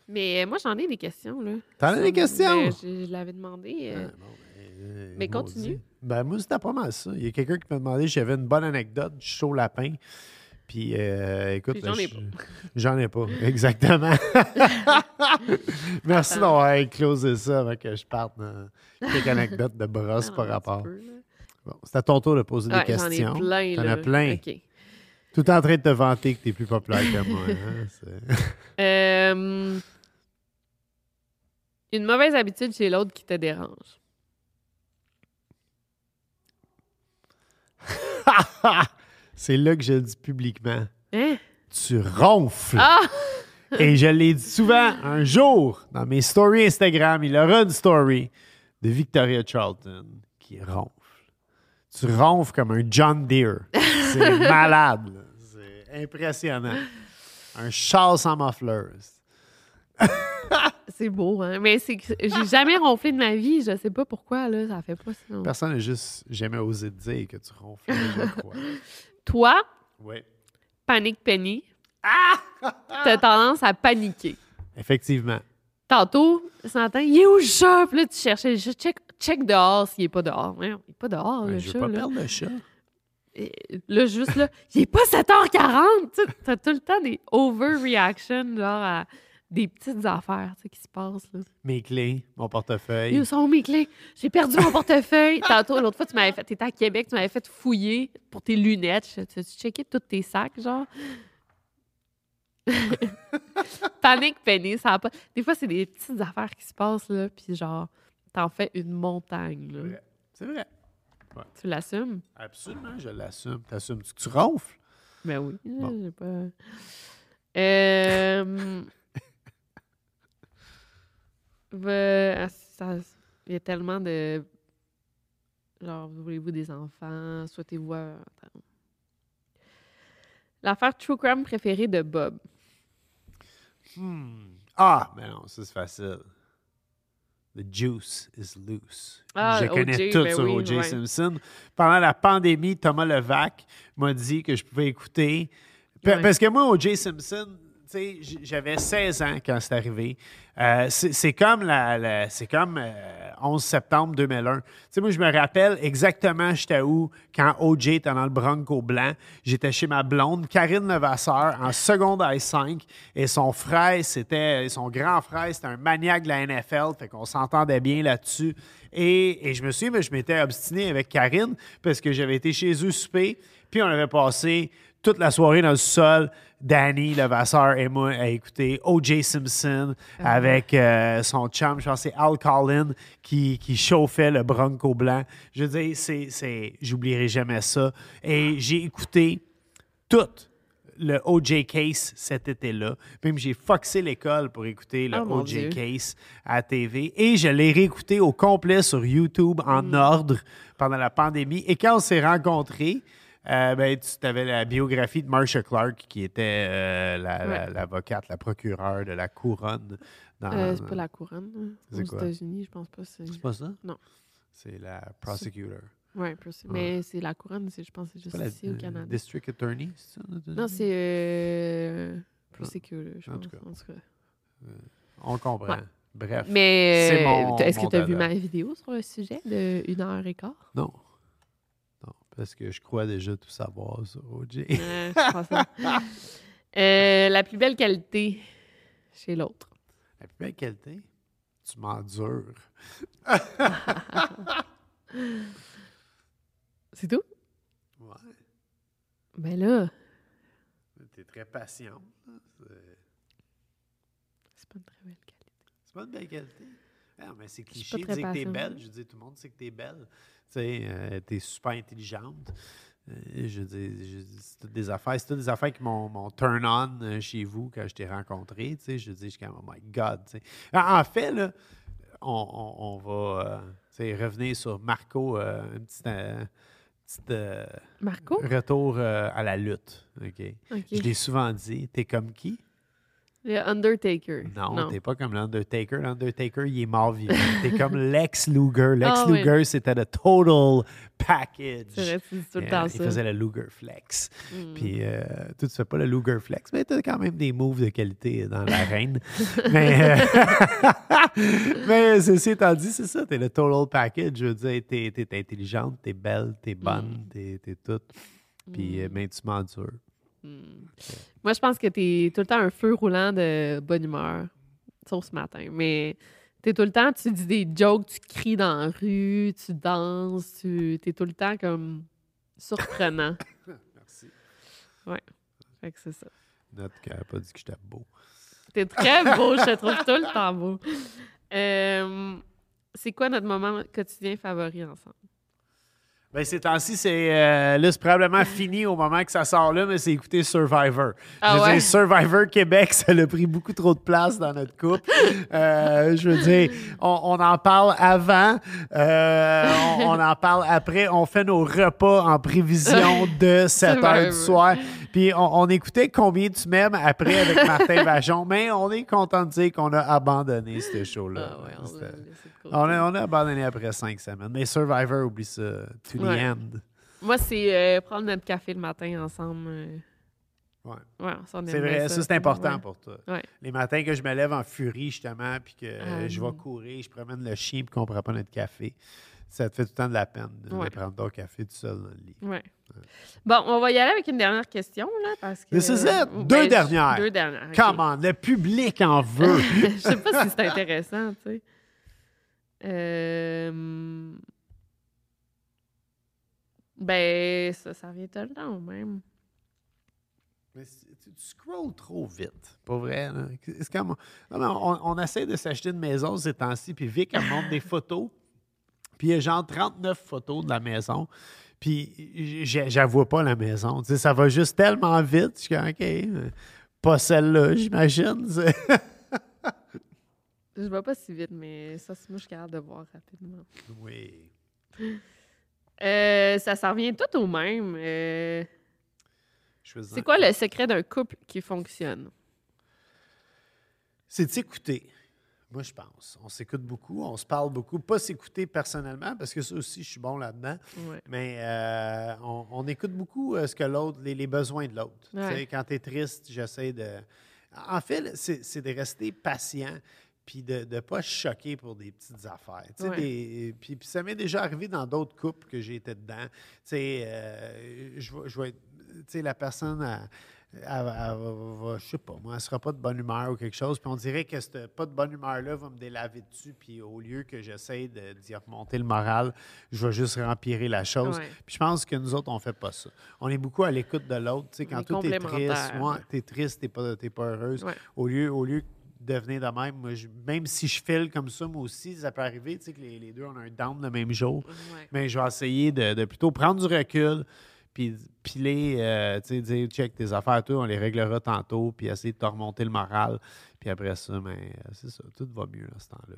Speaker 1: Mais euh, moi, j'en ai des questions, là.
Speaker 2: T'en as des
Speaker 1: Ben,
Speaker 2: questions? Ah, ben,
Speaker 1: je je l'avais demandé. euh, Mais
Speaker 2: euh, Maudit.
Speaker 1: continue.
Speaker 2: Ben, moi, c'était pas mal ça. Il y a quelqu'un qui m'a demandé si j'avais une bonne anecdote du show Lapin. Puis, euh, écoute,
Speaker 1: Puis j'en ai
Speaker 2: je-
Speaker 1: pas.
Speaker 2: J'en ai pas, exactement. Merci d'avoir closé ça avant que je parte dans quelques anecdotes de brosse
Speaker 1: attends
Speaker 2: par
Speaker 1: Ah, un
Speaker 2: rapport.
Speaker 1: petit peu, là.
Speaker 2: Bon, c'est à ton tour de poser des
Speaker 1: Ouais, Ah, j'en ai
Speaker 2: questions.
Speaker 1: plein,
Speaker 2: T'en
Speaker 1: là.
Speaker 2: as plein.
Speaker 1: OK.
Speaker 2: Tout en train de te vanter que t'es plus populaire que moi. hein, c'est-
Speaker 1: Euh, une mauvaise habitude chez l'autre qui te dérange.
Speaker 2: c'est là que je le dis publiquement.
Speaker 1: Hein?
Speaker 2: Tu ronfles.
Speaker 1: Ah!
Speaker 2: Et je l'ai dit souvent, un jour, dans mes stories Instagram, il aura une story de Victoria Charlton qui ronfle. Tu ronfles comme un John Deere. C'est malade. là. C'est impressionnant. Un char sans muffleuse.
Speaker 1: C'est beau, hein? Mais c'est que j'ai jamais ronflé de ma vie. Je sais pas pourquoi, là. Ça fait pas ça.
Speaker 2: Personne n'a juste jamais osé te dire que tu ronfles, je crois.
Speaker 1: Toi,
Speaker 2: Oui.
Speaker 1: panique Penny,
Speaker 2: Ah!
Speaker 1: t'as tendance à paniquer.
Speaker 2: Effectivement.
Speaker 1: Tantôt, ce matin, il est où le chat? Puis là, tu cherchais le chat. Check, check dehors s'il est pas dehors. Voyons, Il est pas dehors,
Speaker 2: Ben,
Speaker 1: le
Speaker 2: je
Speaker 1: chat.
Speaker 2: veux pas
Speaker 1: là.
Speaker 2: perdre le chat.
Speaker 1: Et là, juste là, il est pas 7h40. Tu sais, T'as tout le temps des overreactions, genre à des petites affaires tu sais, qui se passent. Là.
Speaker 2: Mes clés, mon
Speaker 1: Et
Speaker 2: portefeuille.
Speaker 1: Où sont mes clés? J'ai perdu mon portefeuille. Tantôt, l'autre fois, tu m'avais fait, t'étais à Québec, tu m'avais fait fouiller pour tes lunettes. Je- Tu, tu checkais tous tes sacs, genre. Panique, Penny, ça a pas. Des fois, c'est des petites affaires qui se passent, là, puis genre, t'en fais une montagne, là.
Speaker 2: C'est vrai.
Speaker 1: Tu l'assumes?
Speaker 2: Absolument, je l'assume. T'assumes-tu que tu ronfles?
Speaker 1: Ben oui.
Speaker 2: Bon.
Speaker 1: J'ai pas... Euh... ben, ah, ça- Il y a tellement de... Genre, voulez-vous des enfants? Souhaitez-vous... un- attends. L'affaire True Crime préférée de Bob.
Speaker 2: Ah, mais non, ça c'est facile. The juice is loose.
Speaker 1: Ah,
Speaker 2: je connais
Speaker 1: O.J.,
Speaker 2: tout
Speaker 1: ben
Speaker 2: sur
Speaker 1: oui,
Speaker 2: O.J.
Speaker 1: ouais.
Speaker 2: Simpson. Pendant la pandémie, Thomas Levac m'a dit que je pouvais écouter. Pa-
Speaker 1: Ouais.
Speaker 2: Parce que moi, O.J. Simpson, tu sais, j- j'avais 16 ans quand c'est arrivé. Euh, c'est c'est comme, la, la- c'est comme euh, 11 septembre 2001. Tu sais, moi, je me rappelle exactement j'étais où quand O.J. était dans le Bronco blanc. J'étais chez ma blonde, Karine Levasseur, en seconde I5. Et son frère, c'était... Son grand frère, c'était un maniaque de la NFL. Fait qu'on s'entendait bien là-dessus. Et, et je me suis mais je m'étais obstiné avec Karine parce que j'avais été chez eux souper. Puis on avait passé toute la soirée dans le sol, Danny, Levasseur et moi à écouter O.J. Simpson
Speaker 1: Ah.
Speaker 2: avec euh, son chum, je pense que c'est Al Collin, qui, qui chauffait le Bronco blanc. Je veux dire, c'est, c'est, j'oublierai jamais ça. Et j'ai écouté tout le O.J. Case cet été-là. Même j'ai foxé l'école pour écouter le
Speaker 1: Ah, mon Dieu.
Speaker 2: O.J. Case à TV. Et je l'ai réécouté au complet sur YouTube en
Speaker 1: Mm.
Speaker 2: ordre pendant la pandémie. Et quand on s'est rencontrés, euh, ben, tu avais la biographie de Marcia Clark, qui était euh, la- la-
Speaker 1: Ouais.
Speaker 2: l'avocate, la, procureure de la couronne. Dans,
Speaker 1: Euh, c'est pas la couronne. hein.
Speaker 2: Ah. C'est
Speaker 1: Aux
Speaker 2: quoi?
Speaker 1: États-Unis, je pense pas. C'est...
Speaker 2: C'est pas ça?
Speaker 1: Non.
Speaker 2: C'est la prosecutor.
Speaker 1: Oui, Percy. Mais c'est la couronne, c'est- je pense que c'est juste
Speaker 2: Pas la-
Speaker 1: ici au
Speaker 2: euh,
Speaker 1: Canada.
Speaker 2: District Attorney, c'est ça? notre-
Speaker 1: Non, c'est euh, plus
Speaker 2: Ah.
Speaker 1: sécure, je
Speaker 2: En
Speaker 1: pense.
Speaker 2: tout cas.
Speaker 1: En tout cas.
Speaker 2: On comprend.
Speaker 1: Ouais.
Speaker 2: Bref.
Speaker 1: Mais
Speaker 2: C'est mon-
Speaker 1: euh, est-ce que
Speaker 2: mon
Speaker 1: tu as vu
Speaker 2: dada.
Speaker 1: ma vidéo sur le sujet de une heure et quart?
Speaker 2: Non. Non, parce que je crois déjà tout savoir sur OJ.
Speaker 1: Euh, je pense pas. Euh, la plus belle qualité chez l'autre.
Speaker 2: La plus belle qualité, tu m'endures.
Speaker 1: C'est tout?
Speaker 2: Ouais.
Speaker 1: Ben là,
Speaker 2: T'es très patient. C'est
Speaker 1: c'est pas une très belle qualité.
Speaker 2: c'est pas une belle qualité. Ah, mais c'est
Speaker 1: suis pas
Speaker 2: cliché de
Speaker 1: très
Speaker 2: dire que t'es
Speaker 1: patiente.
Speaker 2: belle. Je dis tout le monde sait que t'es belle. Tu sais, euh, t'es super intelligente. Euh, je dis, je dis, c'est toutes des affaires. C'est toutes des affaires qui m'ont m'ont turn on euh, chez vous quand je t'ai rencontré. Tu sais, je dis, je suis comme, oh my God. tu sais. En en fait, là, on, on- on va euh, tu sais, revenir sur Marco, euh, un petit, euh, petite, euh,
Speaker 1: Marco?
Speaker 2: retour euh, à la lutte. OK.
Speaker 1: Oh. Ok.
Speaker 2: Je l'ai souvent dit, t'es comme qui?
Speaker 1: Le Undertaker.
Speaker 2: Non, t'es pas comme l'Undertaker. L'Undertaker, il est mort vivant. t'es comme Lex Luger. Lex
Speaker 1: Ah oui.
Speaker 2: Luger, c'était le total package.
Speaker 1: C'est vrai, tu dis tout le
Speaker 2: Euh,
Speaker 1: temps
Speaker 2: il
Speaker 1: ça. Hmm.
Speaker 2: faisait le Luger Flex. Puis, euh, toi, tu fais pas le Luger Flex, mais t'as quand même des moves de qualité dans l'arène. mais, euh, mais ceci étant dit, c'est ça, t'es le total package. Je veux dire, t'es t'es intelligente, t'es belle, t'es
Speaker 1: Hmm.
Speaker 2: bonne, t'es t'es toute. Puis, euh, mais tu m'endures.
Speaker 1: Hmm. Moi, je pense que t'es tout le temps un feu roulant de bonne humeur. Sauf ce matin. Mais t'es tout le temps, tu dis des jokes, tu cries dans la rue, tu danses, tu t'es tout le temps comme surprenant.
Speaker 2: Merci.
Speaker 1: Ouais. Fait que c'est ça.
Speaker 2: Note qu'elle a pas dit que j'étais beau.
Speaker 1: T'es très beau, je te trouve tout le temps beau. Euh, c'est quoi notre moment quotidien favori ensemble?
Speaker 2: Ben, ces temps-ci, c'est euh, là, c'est probablement fini au moment que ça sort là, mais c'est écouter Survivor.
Speaker 1: Ah
Speaker 2: je veux
Speaker 1: ouais?
Speaker 2: dire, Survivor Québec, ça a pris beaucoup trop de place dans notre couple. Euh, je veux dire, on, on en parle avant, euh, on, on en parle après, on fait nos repas en prévision de 7 heures
Speaker 1: Survivor.
Speaker 2: du soir. Puis on, on écoutait Combien tu m'aimes après avec Martin Vachon, mais on est content de dire qu'on a abandonné ce show-là.
Speaker 1: Ah ouais, on l'a
Speaker 2: C'était-
Speaker 1: laissé de côté.
Speaker 2: on a, on a abandonné après cinq semaines. Mais Survivor, oublie ça. To the
Speaker 1: Ouais.
Speaker 2: end.
Speaker 1: Moi, c'est euh, prendre notre café le matin ensemble. euh,
Speaker 2: Ouais.
Speaker 1: ouais, ça, on
Speaker 2: C'est
Speaker 1: aimerait
Speaker 2: vrai, ça, c'est important
Speaker 1: Ouais.
Speaker 2: pour toi.
Speaker 1: Ouais.
Speaker 2: Les matins que je me lève en furie, justement, puis que euh,
Speaker 1: Ah,
Speaker 2: je vais courir, je promène le chien, puis qu'on ne prend pas notre café, ça te fait tout le temps de la peine de de
Speaker 1: Ouais.
Speaker 2: prendre ton café tout seul dans le lit.
Speaker 1: Ouais. Bon, on va y aller avec une dernière question, là, parce que...
Speaker 2: Mais c'est ça,
Speaker 1: Ben,
Speaker 2: deux
Speaker 1: je-
Speaker 2: dernières.
Speaker 1: Deux dernières. ok.
Speaker 2: Come on, le public en veut.
Speaker 1: je sais pas si c'est intéressant, tu sais. Euh, Ben, ça, ça revient tout le temps, même.
Speaker 2: Mais c'est- tu, tu scrolles trop vite, pas vrai. là. C'est comme, non, non, on, on essaie de s'acheter une maison ces temps-ci, puis Vic, elle montre des photos. Puis il y a genre 39 photos de la maison. Puis j'ai- j'avoue pas la maison. Tu sais, ça va juste tellement vite. Je suis comme, OK, euh, pas celle-là, j'imagine. C'est-
Speaker 1: Je vois pas si vite, mais ça, c'est- moi, je suis capable de voir rapidement.
Speaker 2: oui.
Speaker 1: Euh, ça, ça revient tout au même. euh,
Speaker 2: Choisir-
Speaker 1: c'est quoi le secret d'un couple qui fonctionne?
Speaker 2: C'est de s'écouter. Moi, je pense. On s'écoute beaucoup, on se parle beaucoup. Pas s'écouter personnellement, parce que ça aussi, je suis bon là-dedans.
Speaker 1: Ouais.
Speaker 2: Mais euh, on, on écoute beaucoup euh, ce que l'autre, les, les besoins de l'autre. Tu sais,
Speaker 1: Ouais.
Speaker 2: Quand tu es triste, j'essaie de. En fait, là, c'est c'est de rester patient puis de ne pas se choquer pour des petites affaires. Tu sais,
Speaker 1: Ouais.
Speaker 2: des- puis, puis ça m'est déjà arrivé dans d'autres couples que j'ai été dedans. Tu sais, euh, je vais- je vais être- tu sais, la personne, elle- elle va- elle va- va- je sais pas, moi, elle sera pas de bonne humeur ou quelque chose. Puis on dirait que cette pas de bonne humeur-là va me délaver dessus. Puis au lieu que j'essaie de- d'y remonter le moral, je vais juste rempirer la chose.
Speaker 1: Ouais.
Speaker 2: Puis je pense que nous autres, on fait pas ça. On est beaucoup à l'écoute de l'autre. Tu sais,
Speaker 1: On
Speaker 2: quand
Speaker 1: est
Speaker 2: toi, t'es triste,
Speaker 1: complémentaires.
Speaker 2: ouais, t'es triste, t'es pas, t'es pas heureuse.
Speaker 1: Ouais.
Speaker 2: Au lieu, au lieu de venir de même, moi, je- même si je file comme ça, moi aussi, ça peut arriver, tu sais, que les, les deux, on a un down le même jour.
Speaker 1: Ouais.
Speaker 2: Mais je vais essayer de, de plutôt prendre du recul, puis piler, euh, tu sais, dire, check tes affaires, toi, on les réglera tantôt, puis essayer de te remonter le moral. Puis après ça, ben, euh, c'est ça, tout va mieux à ce temps-là.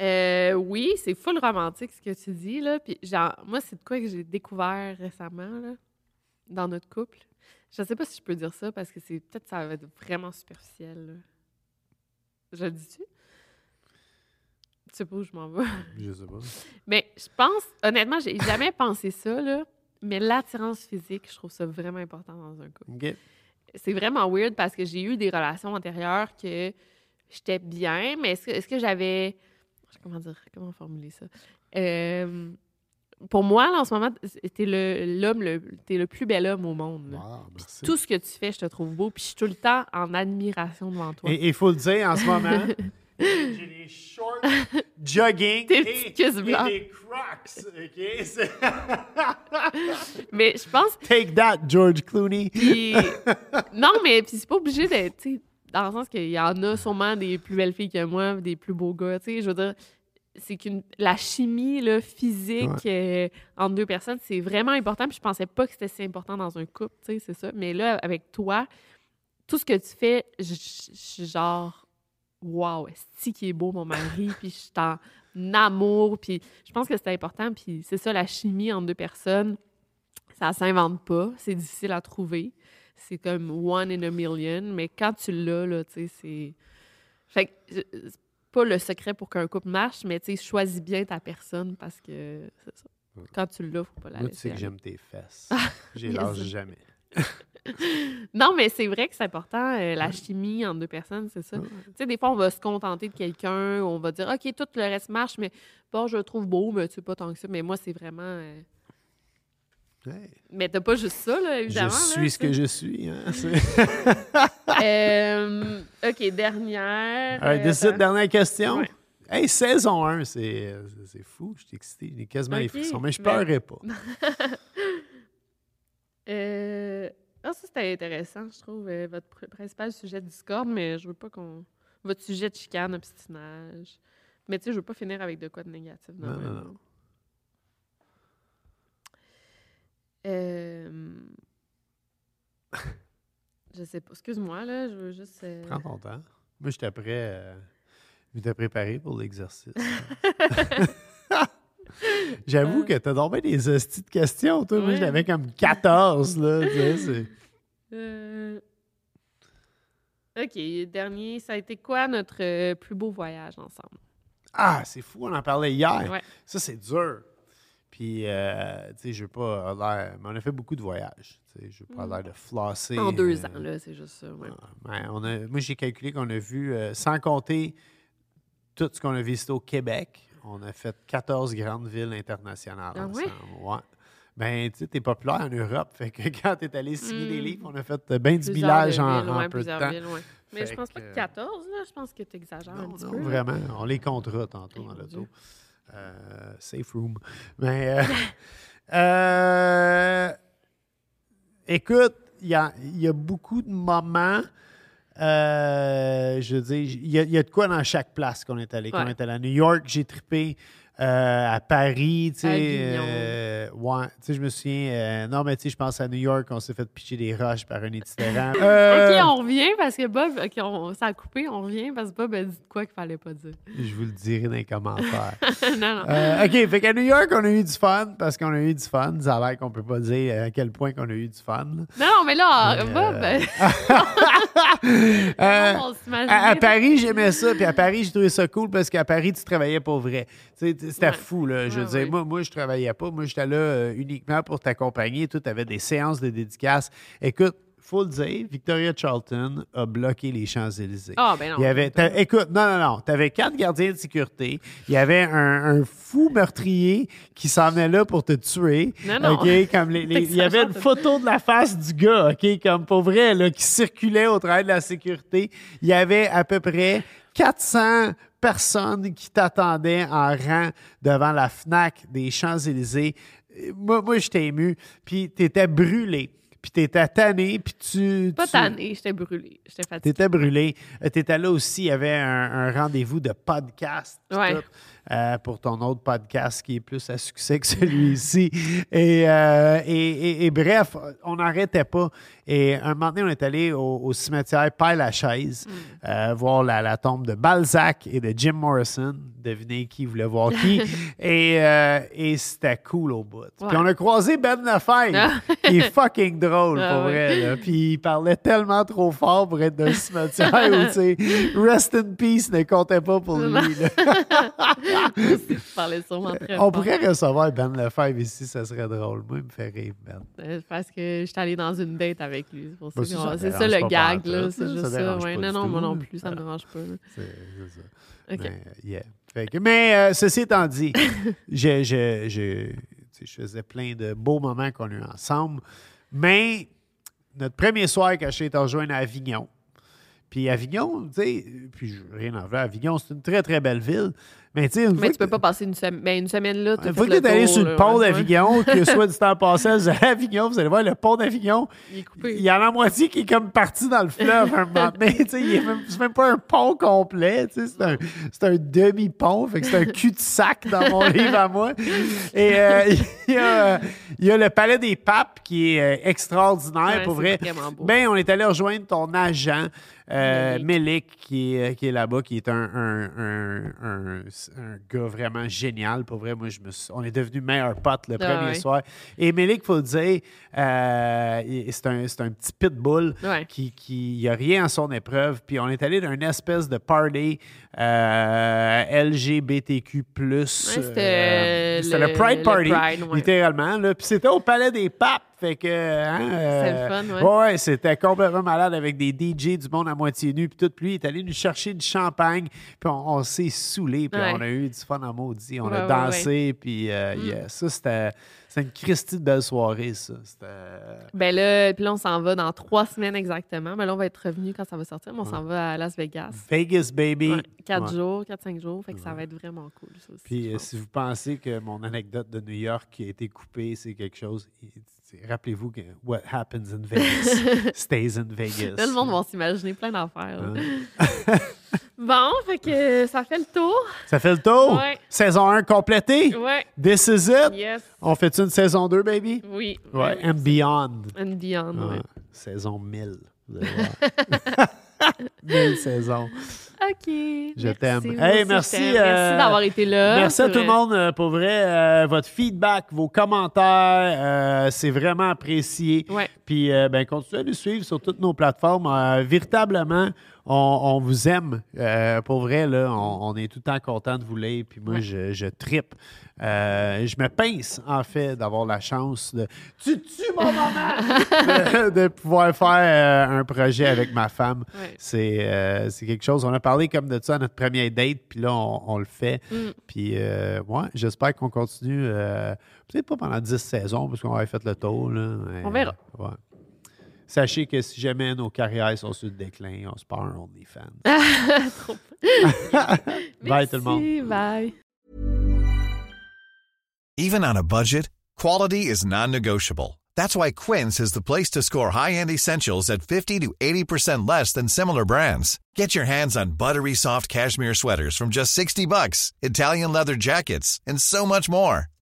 Speaker 1: Euh, oui, c'est full romantique ce que tu dis, là. Puis, genre, moi, c'est de quoi que j'ai découvert récemment, là, dans notre couple. Je sais pas si je peux dire ça parce que c'est peut-être ça va être vraiment superficiel. là. Je le dis-tu? Tu sais pas où je m'en vais.
Speaker 2: Je sais pas.
Speaker 1: Mais je pense, honnêtement, j'ai jamais pensé ça, là. Mais l'attirance physique, je trouve ça vraiment important dans un couple.
Speaker 2: OK.
Speaker 1: C'est vraiment weird parce que j'ai eu des relations antérieures que j'étais bien, mais est-ce que, est-ce que j'avais. Comment dire? Comment formuler ça? Euh, pour moi, là, en ce moment, t'es le, l'homme, le, t'es le plus bel homme au monde. là.
Speaker 2: Wow,
Speaker 1: Puis
Speaker 2: merci.
Speaker 1: tout ce que tu fais, je te trouve beau. Puis je suis tout le temps en admiration devant toi.
Speaker 2: Et il faut le dire, en ce moment, j'ai des shorts jogging
Speaker 1: Tes
Speaker 2: et,
Speaker 1: petits cuisses
Speaker 2: et
Speaker 1: blanches.
Speaker 2: des crocs. OK? C'est-
Speaker 1: Mais je pense
Speaker 2: Take that, George Clooney.
Speaker 1: Puis- non, mais puis c'est pas obligé d'être, tu sais, dans le sens qu'il y en a sûrement des plus belles filles que moi, des plus beaux gars, tu sais, je veux dire, c'est qu'une la chimie là, physique euh, entre deux personnes, c'est vraiment important. Puis je pensais pas que c'était si important dans un couple, tu sais, c'est ça. Mais là, avec toi, tout ce que tu fais, je je- je suis genre, wow, est qui est beau mon mari, puis je suis en amour, puis je pense que c'est important. Puis c'est ça, la chimie entre deux personnes, ça s'invente pas, c'est difficile à trouver c'est comme one in a million, mais quand tu l'as, là, tu sais, c'est. Fait que je- c'est pas le secret pour qu'un couple marche, mais tu sais, choisis bien ta personne parce que c'est ça. Quand tu l'as, faut pas la
Speaker 2: Moi, tu
Speaker 1: laisser.
Speaker 2: sais que
Speaker 1: aller.
Speaker 2: j'aime tes fesses. J'ai
Speaker 1: Ah, yes.
Speaker 2: l'âge jamais.
Speaker 1: Non, mais c'est vrai que c'est important, euh, la chimie entre deux personnes, c'est ça. Tu sais, des fois, on va se contenter de quelqu'un, on va dire, OK, tout le reste marche, mais bon, je le trouve beau, mais tu sais pas tant que ça. Mais moi, c'est vraiment. euh,
Speaker 2: Hey,
Speaker 1: Mais t'as pas juste ça, là,
Speaker 2: je
Speaker 1: évidemment.
Speaker 2: suis ce que je suis. Hein? C'est-
Speaker 1: Euh, OK, dernière.
Speaker 2: All right,
Speaker 1: euh,
Speaker 2: this is it,
Speaker 1: attends.
Speaker 2: dernière question.
Speaker 1: Ouais.
Speaker 2: Hey, saison 1, c'est euh, c'est fou. Je suis excité. J'ai quasiment les
Speaker 1: Ok, Ben,
Speaker 2: frissons, mais je
Speaker 1: mais-
Speaker 2: pleurais pas.
Speaker 1: Euh, ah, ça, c'était intéressant, je trouve, euh, votre pr- principal sujet de discorde, mais je veux pas qu'on. Votre sujet de chicane, obstinage. Mais tu sais, je veux pas finir avec de quoi de négatif. de
Speaker 2: Non,
Speaker 1: même,
Speaker 2: non,
Speaker 1: là.
Speaker 2: non.
Speaker 1: Euh, je sais pas. Excuse-moi, là, je veux juste. euh,
Speaker 2: Prends ton temps. Moi, j'étais prêt. euh, j'étais préparé pour l'exercice. J'avoue que t'as dormi des hosties de questions, toi. Moi,
Speaker 1: Ouais.
Speaker 2: j'en avais comme 14, là. tu sais, c'est-
Speaker 1: euh, OK, dernier, ça a été quoi notre euh, plus beau voyage ensemble?
Speaker 2: Ah, c'est fou, on en parlait hier.
Speaker 1: Ouais.
Speaker 2: Ça, c'est dur. Puis, euh, tu sais, je veux pas avoir l'air... Mais on a fait beaucoup de voyages. Tu sais, je veux pas avoir l'air de flosser.
Speaker 1: Mm. En deux
Speaker 2: euh,
Speaker 1: ans, là, c'est juste ça. ouais.
Speaker 2: Ouais, on a- moi, j'ai calculé qu'on a vu, euh, sans compter tout ce qu'on a visité au Québec, on a fait 14 grandes villes internationales
Speaker 1: Ah ouais?
Speaker 2: ensemble. Ouais. Ben, tu sais, t'es populaire en Europe. Fait que quand t'es allé signer des livres, on a fait euh, ben du
Speaker 1: Hmm. Plusieurs
Speaker 2: village
Speaker 1: villes,
Speaker 2: en, en
Speaker 1: ouais,
Speaker 2: peu de
Speaker 1: plusieurs
Speaker 2: temps.
Speaker 1: villes, ouais. Mais
Speaker 2: Fait
Speaker 1: je pense pas
Speaker 2: que-
Speaker 1: que 14, là. Je pense que tu exagères un
Speaker 2: Non,
Speaker 1: petit
Speaker 2: non,
Speaker 1: peu. là.
Speaker 2: vraiment. On les comptera tantôt dans
Speaker 1: mon
Speaker 2: l'auto.
Speaker 1: Dieu.
Speaker 2: Euh, safe room. Mais, euh, euh, écoute, il y a, il y a beaucoup de moments. euh, je veux dire, il y, a- il y a de quoi dans chaque place qu'on est allé. Quand on
Speaker 1: Ouais.
Speaker 2: est allé à New York, j'ai trippé. euh, à Paris, tu sais.
Speaker 1: Avignon.
Speaker 2: euh, ouais, tu sais, je me souviens. euh, non, mais tu sais, je pense à New York, on s'est fait pitcher des roches par un itinérant. Euh,
Speaker 1: OK, on revient parce que Bob, OK, on, ça a coupé, on revient parce que Bob a dit de quoi qu'il fallait pas dire.
Speaker 2: Je vous le dirai dans les commentaires.
Speaker 1: non, non.
Speaker 2: Euh, OK, fait qu'à New York, on a eu du fun parce qu'on a eu du fun. Ça a l'air qu'on peut pas dire à quel point qu'on a eu du fun. là.
Speaker 1: Non, non, mais là,
Speaker 2: Mais,
Speaker 1: Bob,
Speaker 2: euh,
Speaker 1: euh, on
Speaker 2: À, à
Speaker 1: s'imaginait.
Speaker 2: Paris, j'aimais ça. Puis à Paris, j'ai trouvé ça cool parce qu'à Paris, tu travaillais pour vrai. Tu sais, t- C'était
Speaker 1: Ouais. Ah
Speaker 2: fou, là. Je
Speaker 1: Ouais,
Speaker 2: veux dire,
Speaker 1: ouais.
Speaker 2: moi, moi, je travaillais pas. Moi, j'étais là euh, uniquement pour t'accompagner. Toi, t'avais des séances de dédicaces. Écoute, faut le dire, Victoria Charlton a bloqué les Champs-Élysées.
Speaker 1: Ah, ben non.
Speaker 2: Il y avait, t'as- écoute, non, non, non. Tu avais quatre gardiens de sécurité. Il y avait un, un fou meurtrier qui s'en venait là pour te tuer.
Speaker 1: Non, non.
Speaker 2: OK, comme les- les- il y avait une photo de la face du gars, OK, comme pour vrai, là, qui circulait au travers de la sécurité. Il y avait à peu près 400 personnes qui t'attendaient en rang devant la FNAC des Champs-Élysées. Euh, Moi, moi j'étais ému. Puis t'étais brûlé. Puis t'étais tanné. Puis tu...
Speaker 1: Pas
Speaker 2: tu-
Speaker 1: tanné, j'étais brûlée, j'étais fatiguée.
Speaker 2: T'étais brûlé. Euh, T'étais là aussi. Il y avait un, un rendez-vous de podcast pis
Speaker 1: Ouais.
Speaker 2: tout, euh, pour ton autre podcast qui est plus à succès que celui-ci. Et, euh, et, et- et bref, on n'arrêtait pas. Et un moment donné, on est allé au, au cimetière
Speaker 1: Mm.
Speaker 2: Père-Lachaise euh, voir la, la tombe de Balzac et de Jim Morrison. Devinez qui voulait voir qui. et euh, et c'était cool au bout. Puis on a croisé Ben Lafayette, qui est fucking drôle,
Speaker 1: Ah
Speaker 2: pour
Speaker 1: ouais.
Speaker 2: vrai. là. Puis il parlait tellement trop fort pour être dans le cimetière où, tu sais, Rest in Peace ne comptait pas pour lui. là.
Speaker 1: Tu parlais sûrement très
Speaker 2: On
Speaker 1: fort.
Speaker 2: pourrait recevoir Ben Lefebvre ici, ça serait drôle. Moi, il me fait rire, Ben.
Speaker 1: Euh, Parce que j'étais allée dans une date avec lui. C'est pour ça
Speaker 2: Bah, ça,
Speaker 1: qu'on-
Speaker 2: ça
Speaker 1: c'est ça,
Speaker 2: dérange pas
Speaker 1: le gag,
Speaker 2: pantoute,
Speaker 1: là.
Speaker 2: là,
Speaker 1: C'est
Speaker 2: ça
Speaker 1: juste ça.
Speaker 2: dérange
Speaker 1: ouais.
Speaker 2: pas
Speaker 1: Non,
Speaker 2: du
Speaker 1: non, moi
Speaker 2: tout.
Speaker 1: non plus, ça me dérange pas. là.
Speaker 2: C'est c'est ça.
Speaker 1: OK.
Speaker 2: Mais, yeah. Fait que- mais euh, ceci étant dit, je, je, je, tu sais, je faisais plein de beaux moments qu'on a eu ensemble. Mais notre premier soir, quand j'ai été rejoint à Avignon, puis Avignon, tu sais, puis je- rien à voir, Avignon, c'est une très, très belle ville. Mais tu sais, une fois
Speaker 1: Mais tu
Speaker 2: que-
Speaker 1: peux pas passer une semaine. Ben, une semaine là, tu
Speaker 2: une fois Ah, que tu es allé sur le pont d'Avignon, que soit du temps passé à Avignon, vous allez voir, le pont d'Avignon,
Speaker 1: Il est coupé.
Speaker 2: il y en a la moitié qui est comme parti dans le fleuve un moment donné. tu sais, il est même- C'est même pas un pont complet. tu sais, C'est un, c'est un demi-pont. Fait que c'est un cul-de-sac dans mon livre à moi. Et euh, il y, a, il y a le Palais des Papes qui est euh, extraordinaire
Speaker 1: Ouais,
Speaker 2: pour
Speaker 1: c'est
Speaker 2: vrai.
Speaker 1: vraiment beau.
Speaker 2: Ben, on est allé rejoindre ton agent. euh,
Speaker 1: Mélic.
Speaker 2: Melik, qui est, euh, qui est là-bas, qui est un, un, un, un- un gars vraiment génial. Pour vrai, moi, je me suis- on est devenus meilleurs potes le
Speaker 1: Ah
Speaker 2: premier
Speaker 1: ouais.
Speaker 2: soir. Et Melik, il faut le dire, euh, il- c'est un, c'est un petit pitbull
Speaker 1: Ouais.
Speaker 2: qui qui n'y a rien à son épreuve. Puis on est allé dans une espèce de party euh, LGBTQ.
Speaker 1: Ouais, c'était,
Speaker 2: euh,
Speaker 1: euh,
Speaker 2: c'était
Speaker 1: le-
Speaker 2: le, Pride
Speaker 1: le
Speaker 2: Party,
Speaker 1: Pride, ouais.
Speaker 2: littéralement. là. Puis c'était au Palais des Papes. Fait que, hein, euh,
Speaker 1: C'était le fun, ouais.
Speaker 2: ouais, ouais, c'était complètement malade avec des DJ du monde à moitié nu. Puis tout, puis lui, il est allé nous chercher du champagne. Puis on, on s'est saoulé. Puis
Speaker 1: Ouais.
Speaker 2: on a eu du fun en maudit. On
Speaker 1: Ouais,
Speaker 2: a
Speaker 1: ouais, Mm.
Speaker 2: dansé. Puis euh, yeah, ça, c'était c'était une Christie de belle soirée, ça. C'était. euh,
Speaker 1: Ben là, puis là, on s'en va dans trois semaines exactement. Mais là, on va être revenu quand ça va sortir, mais on s'en va à Las Vegas.
Speaker 2: Vegas, baby.
Speaker 1: Ouais, quatre
Speaker 2: Ouais.
Speaker 1: jours, quatre, cinq jours. Fait que ça va être vraiment cool, ça aussi.
Speaker 2: Puis
Speaker 1: je
Speaker 2: euh,
Speaker 1: pense.
Speaker 2: si vous pensez que mon anecdote de New York qui a été coupée, c'est quelque chose, i- c'est- rappelez-vous que what happens in Vegas stays in Vegas.
Speaker 1: Là, le monde va s'imaginer plein d'affaires. là. bon, fait que ça fait le tour.
Speaker 2: Ça fait le tour.
Speaker 1: Ouais.
Speaker 2: Saison 1 complétée.
Speaker 1: Ouais.
Speaker 2: This is it.
Speaker 1: Yes.
Speaker 2: On fait une saison 2, baby?
Speaker 1: Oui. Euh,
Speaker 2: Ouais. And beyond.
Speaker 1: And beyond, ouais.
Speaker 2: Ouais. Saison 1000. vous allez voir. 1000 saisons.
Speaker 1: OK.
Speaker 2: Je
Speaker 1: merci,
Speaker 2: t'aime.
Speaker 1: moi
Speaker 2: Hey,
Speaker 1: aussi, je
Speaker 2: merci.
Speaker 1: t'aime.
Speaker 2: euh,
Speaker 1: merci d'avoir été là.
Speaker 2: Merci à
Speaker 1: C'est
Speaker 2: tout le
Speaker 1: vrai.
Speaker 2: monde euh, pour vrai. euh, votre feedback, vos commentaires, euh, c'est vraiment apprécié.
Speaker 1: Ouais.
Speaker 2: Puis, euh, ben, continuez à nous suivre sur toutes nos plateformes. Euh, véritablement, on, on vous aime. Euh, pour vrai, là, on, on est tout le temps content de vous lire. Puis moi, je, je trippe. Euh, je me pince, en fait, d'avoir la chance de... Tu tues mon moment! de, de pouvoir faire euh, un projet avec ma femme.
Speaker 1: Ouais.
Speaker 2: C'est euh, c'est quelque chose. On a parlé comme de ça à notre première date, puis là, on, on le fait. Puis, euh, ouais, j'espère qu'on continue, euh, peut-être pas pendant 10 saisons, parce qu'on va fait le tour. là, mais,
Speaker 1: On verra.
Speaker 2: ouais. Sachez que si jamais nos carrières sont sur le déclin, on se parle, on est fans. Bye tout le monde.
Speaker 1: Merci, Bye.
Speaker 3: Even on a budget, quality is non-negotiable. That's why Quince is the place to score high-end essentials at 50 to 80% less than similar brands. Get your hands on buttery soft cashmere sweaters from just 60 bucks, Italian leather jackets, and so much more.